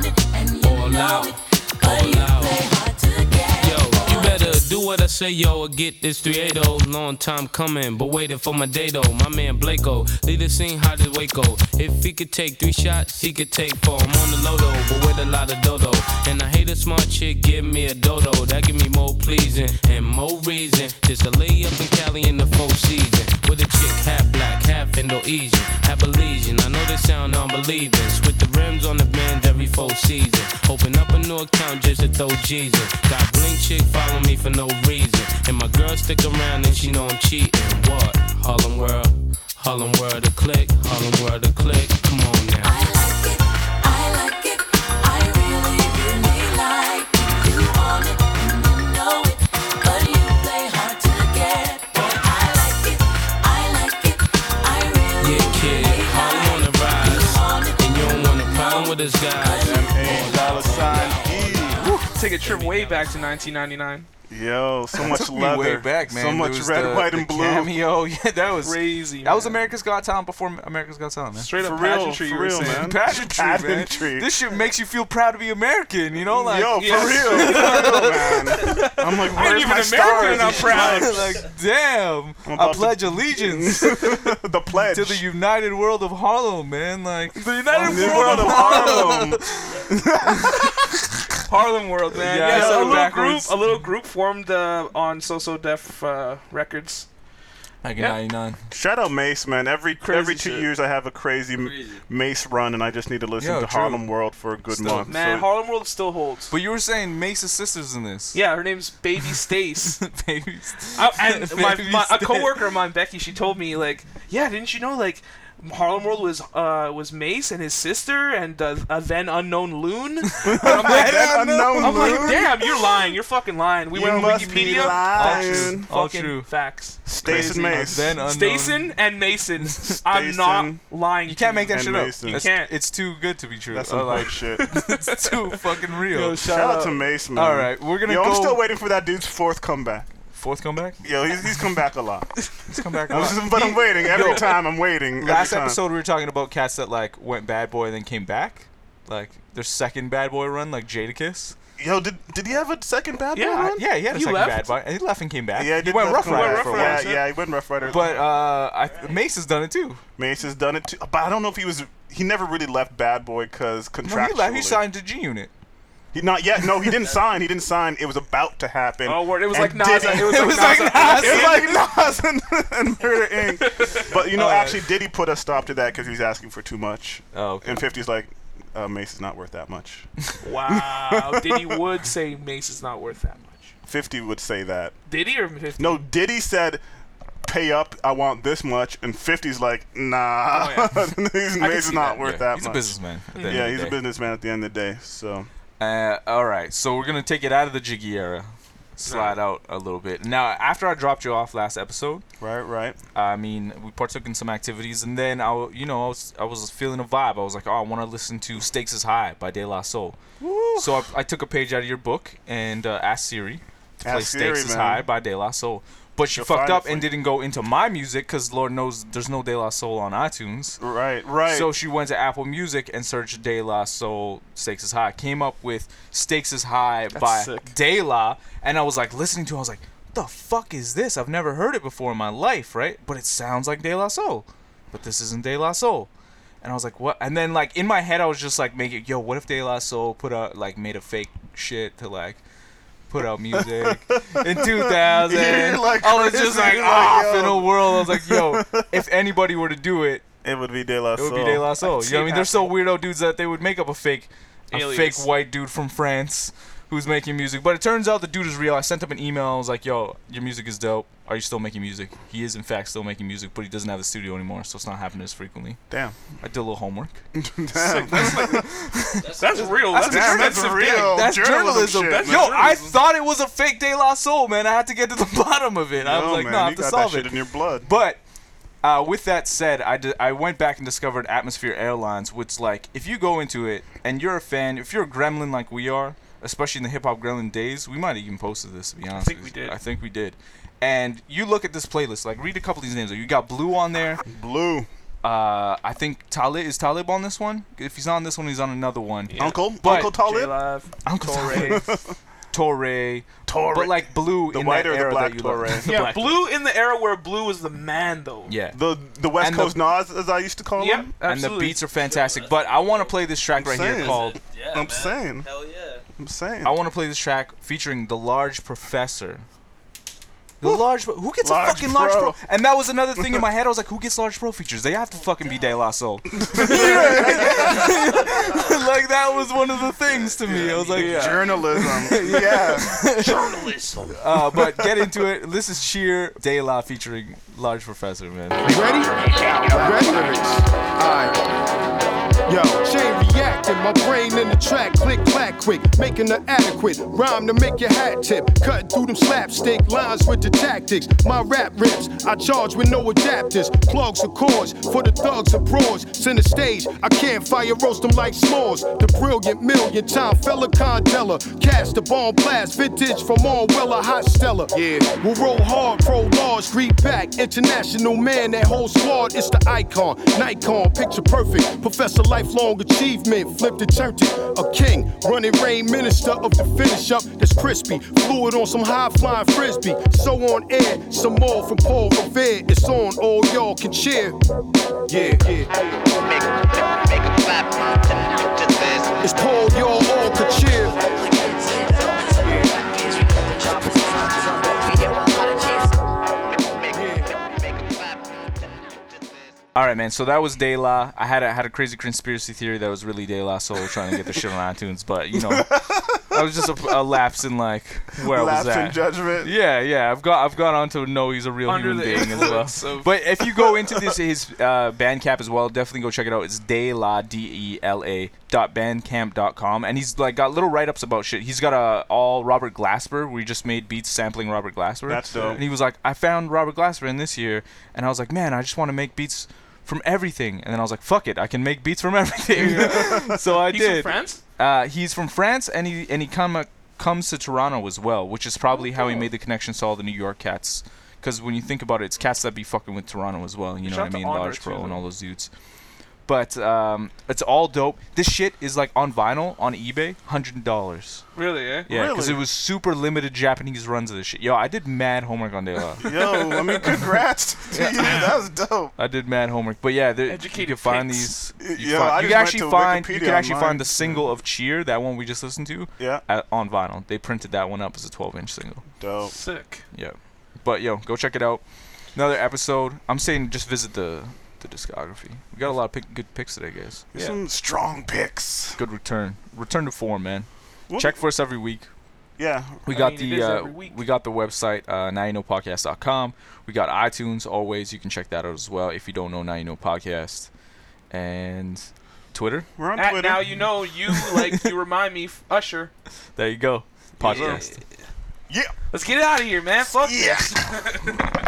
S22: loud. Oh, loud. Yo, you better do what I say, yo, or get this 380. Long time coming, but waiting for my day, though. My man Blako, lead the scene hot as Waco. If he could take three shots, he could take four. I'm on the low, though, but with a lot of dodo. And I hate a smart chick, give me a dodo. That give me more pleasing and more reason. Just a lay up in Cali in the full season. With a chick, half black, half Indo-Asian, half Belizean. I know this sound unbelieving. With the rims on the bend every full season. Open up a new account just to throw Jesus. Got blink chick follow me for no reason. And my girl stick around and she know I'm cheating. What? Harlem World, Harlem World to click, Harlem World to click. Come on now. Yeah, kid, Harlem on the rise. And you don't want a problem with this guy.
S1: E.
S3: Take a trip way back to 1999.
S1: Yo, so
S3: That
S1: much
S3: took me
S1: leather.
S2: way back, man.
S1: So
S2: There
S1: much
S2: was
S1: red,
S2: the-
S1: white,
S2: the
S1: and blue.
S2: cameo. Yeah, that was
S3: crazy.
S2: That was America's Got Talent before America's Got Talent, man.
S3: Straight up
S2: For real,
S3: pageantry,
S2: for
S3: you were
S2: real,
S3: saying.
S2: man. Pageantry,
S1: Pageantry.
S2: man. This shit makes you feel proud to be American, you know? Like,
S1: Yo, for
S2: yeah.
S1: real. For real, man. I'm like,
S2: I ain't
S1: where's
S2: even
S1: my
S2: American and I'm
S1: stars?
S2: proud.
S1: Like,
S2: like, damn. I
S1: about to-
S2: pledge allegiance.
S1: the pledge.
S2: To the United World of Harlem, man. Like, the
S1: United World of Harlem.
S3: Harlem World, man.
S2: Yeah,
S3: Yeah,
S2: I said
S3: a
S2: it
S3: little
S2: backwards.
S3: group, a little group formed uh, on So So Def uh, Records.
S2: Back
S3: in Yeah.
S2: 99.
S1: Shout out Mace, man. Every every two
S3: shit.
S1: years I have a crazy, m- Mace run, and I just need to listen
S2: Yo,
S1: to
S2: true.
S1: Harlem World for a good
S2: Still.
S1: month.
S3: Man,
S1: so-
S3: Harlem World still holds.
S2: But you were saying Mace's sister's in this.
S3: Yeah, her name's Baby Stace.
S2: Baby
S3: I, and my,
S2: Baby
S3: my a
S2: Stace.
S3: coworker of mine, Becky, she told me like, yeah, didn't you know like Harlem World was uh was Mace and his sister and uh, a then unknown loon. And I'm like,
S1: Then unknown
S3: I'm
S1: loon?
S3: like, damn, you're lying. You're fucking lying. We
S1: You
S3: went on
S1: must
S3: Wikipedia.
S1: be
S3: Facts.
S1: lying.
S3: Fucking
S1: All true.
S3: facts.
S1: Stace and Mace.
S2: uh,
S1: Then unknown-
S3: Stason and Mason. I'm not lying.
S2: You can't make that
S1: And
S2: shit up.
S1: Mason.
S2: It's-
S1: You can't.
S2: It's too good to be true.
S1: That's
S2: I
S1: some
S2: uh, like-
S1: hype shit.
S2: it's too fucking real.
S1: Yo, shout, out to Mace, man.
S2: All right, we're gonna
S1: Yo,
S2: go.
S1: I'm still waiting for that dude's fourth comeback.
S2: Fourth comeback?
S1: Yo, he's, he's come back a lot.
S2: He's come back. a
S1: I'm
S2: lot.
S1: just- but I'm waiting every
S2: Yo,
S1: time. I'm waiting. every
S2: Last
S1: time.
S2: episode, we were talking about cats that like went bad boy and then came back, like their second bad boy run, like Jadakiss.
S1: Yo, did did he have a second bad
S2: Yeah,
S1: boy? run?
S2: yeah, he had a second bad boy. and He left and came back.
S1: Yeah,
S2: he
S1: did
S2: went
S1: left
S2: rough
S1: and went
S2: rider
S1: rough
S2: for a
S1: rider.
S2: while.
S1: Yeah, yeah, he went rough rider.
S2: But uh, I, Mace has done it too.
S1: Mace has done it too, but I don't know if he was. He never really left Bad Boy because
S2: No, he
S1: contractually.
S2: left. He signed to G Unit.
S1: He- not yet. No, he didn't sign. He didn't sign. It was about to happen.
S3: Oh, word. It was
S1: and
S3: like Nas.
S1: didn't.
S3: It was It like was like Nas. Nas.
S1: It was like Nas and, and Murder Inc. But you know, actually, Diddy put a stop to that because he was asking for too much.
S2: Oh,
S1: And 50's like, uh, Mace is not worth that much.
S3: Wow. Diddy would say Mace is not worth that much.
S1: 50 would say that.
S3: Diddy or 50?
S1: No, Diddy said, "Pay up, I want this much," and 50's like, "Nah,
S2: Oh, yeah.
S1: He's-
S2: I can
S1: Mace is
S2: see
S1: not
S2: that,
S1: worth
S2: yeah.
S1: that
S2: He's a
S1: much."
S2: businessman at the end of
S1: Yeah,
S2: the
S1: he's
S2: day.
S1: a businessman at the end of the day. So
S2: Uh, all right, so we're gonna take it out of the jiggy era, slide out a little bit. Now, after I dropped you off last episode,
S1: right, right.
S2: I mean, we partook in some activities, and then I, w- you know, I was, I was feeling a vibe. I was like, oh, I want to listen to "Stakes Is High" by De La Soul. So I, I took a page out of your book and uh, asked Siri to play
S1: Ask Siri,
S2: "Stakes Is
S1: man.
S2: High" by De La Soul. But she
S1: She'll
S2: fucked
S1: find it
S2: up
S1: for
S2: and
S1: you.
S2: didn't go into my music because Lord knows there's no De La Soul on iTunes.
S1: Right, right.
S2: So she went to Apple Music and searched De La Soul Stakes is High. Came up with Stakes is High
S1: That's
S2: by
S1: sick.
S2: De La. And I was like listening to it, I was like, the fuck is this? I've never heard it before in my life, right? But it sounds like De La Soul. But this isn't De La Soul. And I was like, what? And then like in my head I was just like making yo, what if De La Soul put out like made a fake shit to like put out music in 2000
S1: You're like
S2: i was
S1: crazy.
S2: just like "Ah,
S1: You're like,
S2: off in
S1: yo.
S2: a world i was like yo if anybody were to do it
S1: it would be De La
S2: it would be
S1: Soul.
S2: De La Soul.
S1: I
S2: You
S1: see
S2: know what I mean?
S1: it
S2: There's so weirdo dudes that they would make up a fake, a
S1: Alias.
S2: fake white dude from France who's making music. But it turns out the dude is real. I sent him an email. I was like, "Yo, your music is dope. Are you still making music?" He is in fact still making music, but he doesn't have the studio anymore, so it's not happening as frequently.
S1: Damn.
S2: I did a little homework.
S1: Damn.
S3: That's like- that's real.
S2: That's,
S3: That's
S2: an
S3: expensive
S2: expensive
S3: gig.
S2: gig. That's journalism.
S1: shit,
S2: Yo,
S1: man.
S2: I thought it was a fake De La Soul, man. I had to get to the bottom of it. I
S1: No,
S2: was like,
S1: man,
S2: no, I
S1: you
S2: have to
S1: got that
S2: solve
S1: shit
S2: it.
S1: in your blood.
S2: But uh, with that said, I, di- I went back and discovered Atmosphere Airlines, which, like, if you go into it and you're a fan, if you're a gremlin like we are, especially in the hip hop gremlin days, we might have even posted this, to be honest. I think we did. I think we did. And you look at this playlist, like, read a couple of these names. You got Blue on there.
S1: Blue.
S2: Uh, I think Talib is Talib on this one. If he's not on this one, he's on another one.
S1: Uncle?
S2: But-
S1: Uncle Talib? J-Live,
S2: Uncle
S1: Torre.
S2: Torre, Torre, Torre. But like blue
S1: The
S2: in
S1: white
S2: that
S1: or the
S2: era
S1: black
S2: that you
S1: Torre?
S2: love.
S3: Yeah, blue in the era where blue was the man though.
S2: Yeah.
S1: The the West
S2: And the-
S1: Coast Nas, as I used to call
S3: Yep,
S1: him.
S2: and the beats are fantastic. But I want to play this track right here
S1: saying.
S2: called.
S1: I'm saying. Hell yeah. I'm saying.
S2: I want to play this track featuring the Large Professor. The large pro. Who gets
S1: Large
S2: a fucking large
S1: Pro.
S2: pro? And that was another thing in my head. I was like, who gets large pro features? They have to fucking be De La Soul. like that was one of the things to me. I was like,
S1: Journalism. yeah.
S2: journalism. Uh, but get into it. This is Sheer De La featuring Large Professor, man.
S10: Ready? Ready? Alright. Yo, chain reacting, my brain in the track, click clack quick, making the adequate rhyme to make your hat tip. Cut through them slapstick lines with the tactics. My rap rips, I charge with no adapters. Plugs for chords for the thugs abroad. Center stage, I can't fire roast them like s'mores. The brilliant million time fella Condella, cast the bomb blast, vintage from Orwell, a hot Stella. Yeah, we'll roll hard, pro large, read back, international man, that whole squad, it's the icon. Nikon, picture perfect, professor, lifelong achievement, flipped and turned it. A king, running rain, minister of the finish up that's crispy, fluid on some high flying frisbee. So on air, some more from Paul Revere, it's on, all y'all can cheer. Yeah, yeah. Make, a clap to this. It's Paul, y'all all can cheer.
S2: All right, man. So that was De La. I had a, had a crazy conspiracy theory that was really De La Soul trying to get the shit on iTunes, but you know, that was just a, a lapse in like where
S1: Lapse
S2: I was at.
S1: in judgment.
S2: Yeah, yeah. I've got I've gone on to know he's a real
S1: Under
S2: human
S1: the
S2: being as
S1: influence
S2: well.
S1: of-
S2: But if you go into this his uh, Bandcamp as well, definitely go check it out. It's De La D E L A dot bandcamp.com and he's like got little write ups about shit. He's got a all Robert Glasper. We just made beats sampling Robert Glasper.
S1: That's dope.
S2: And he was like, I found Robert Glasper in this year, and I was like, man, I just want to make beats from everything. And then I was like, fuck it, I can make beats from everything. so I
S3: He's from
S2: did.
S3: France?
S2: Uh, he's from France, and he and he come uh, comes to Toronto as well, which is probably how he
S3: Oh.
S2: made the connections to all the New York cats. Because when you think about it, it's cats that be fucking with Toronto as well. You know
S3: Shout
S2: what I
S3: out to
S2: mean?
S3: Andre,
S2: Large Pro
S3: too.
S2: and all those dudes. But um, it's all dope. This shit is like on vinyl on eBay, hundred dollars.
S3: Really, eh?
S2: Yeah, because it was super limited Japanese runs of this shit. Yo, I did mad homework on De La.
S1: Yo, I mean, congrats to you. That was dope.
S2: I did mad homework, but yeah, there, you
S1: Educated
S2: can find
S1: picks.
S2: these. You,
S1: Yo, I
S2: find,
S1: just
S2: you can
S1: went
S2: actually
S1: to
S2: find you
S1: Wikipedia
S2: can actually
S1: online.
S2: find the single of Cheer, that one we just listened to,
S1: Yeah.
S2: at- on vinyl. They printed that one up as a 12-inch single.
S1: Dope.
S3: Sick.
S2: Yeah, but yo, go check it out. Another episode. I'm saying just visit the the discography. We got a lot of pick, good picks today, guys.
S1: Some strong picks.
S2: Good return, return to form, man.
S1: Whoop.
S2: Check for us every week.
S1: Yeah.
S2: We
S1: I
S2: got
S1: mean, it
S2: the
S1: is
S2: uh,
S1: every week.
S2: we got the website uh, now you know podcast.com. We got iTunes always. You can check that out as well if you don't know now you know podcast and Twitter.
S1: We're on
S3: At
S1: Twitter.
S3: Now you know you like you remind me f- Usher.
S2: There you go. Podcast.
S3: Let's get out of here, man. Fuck. Yeah.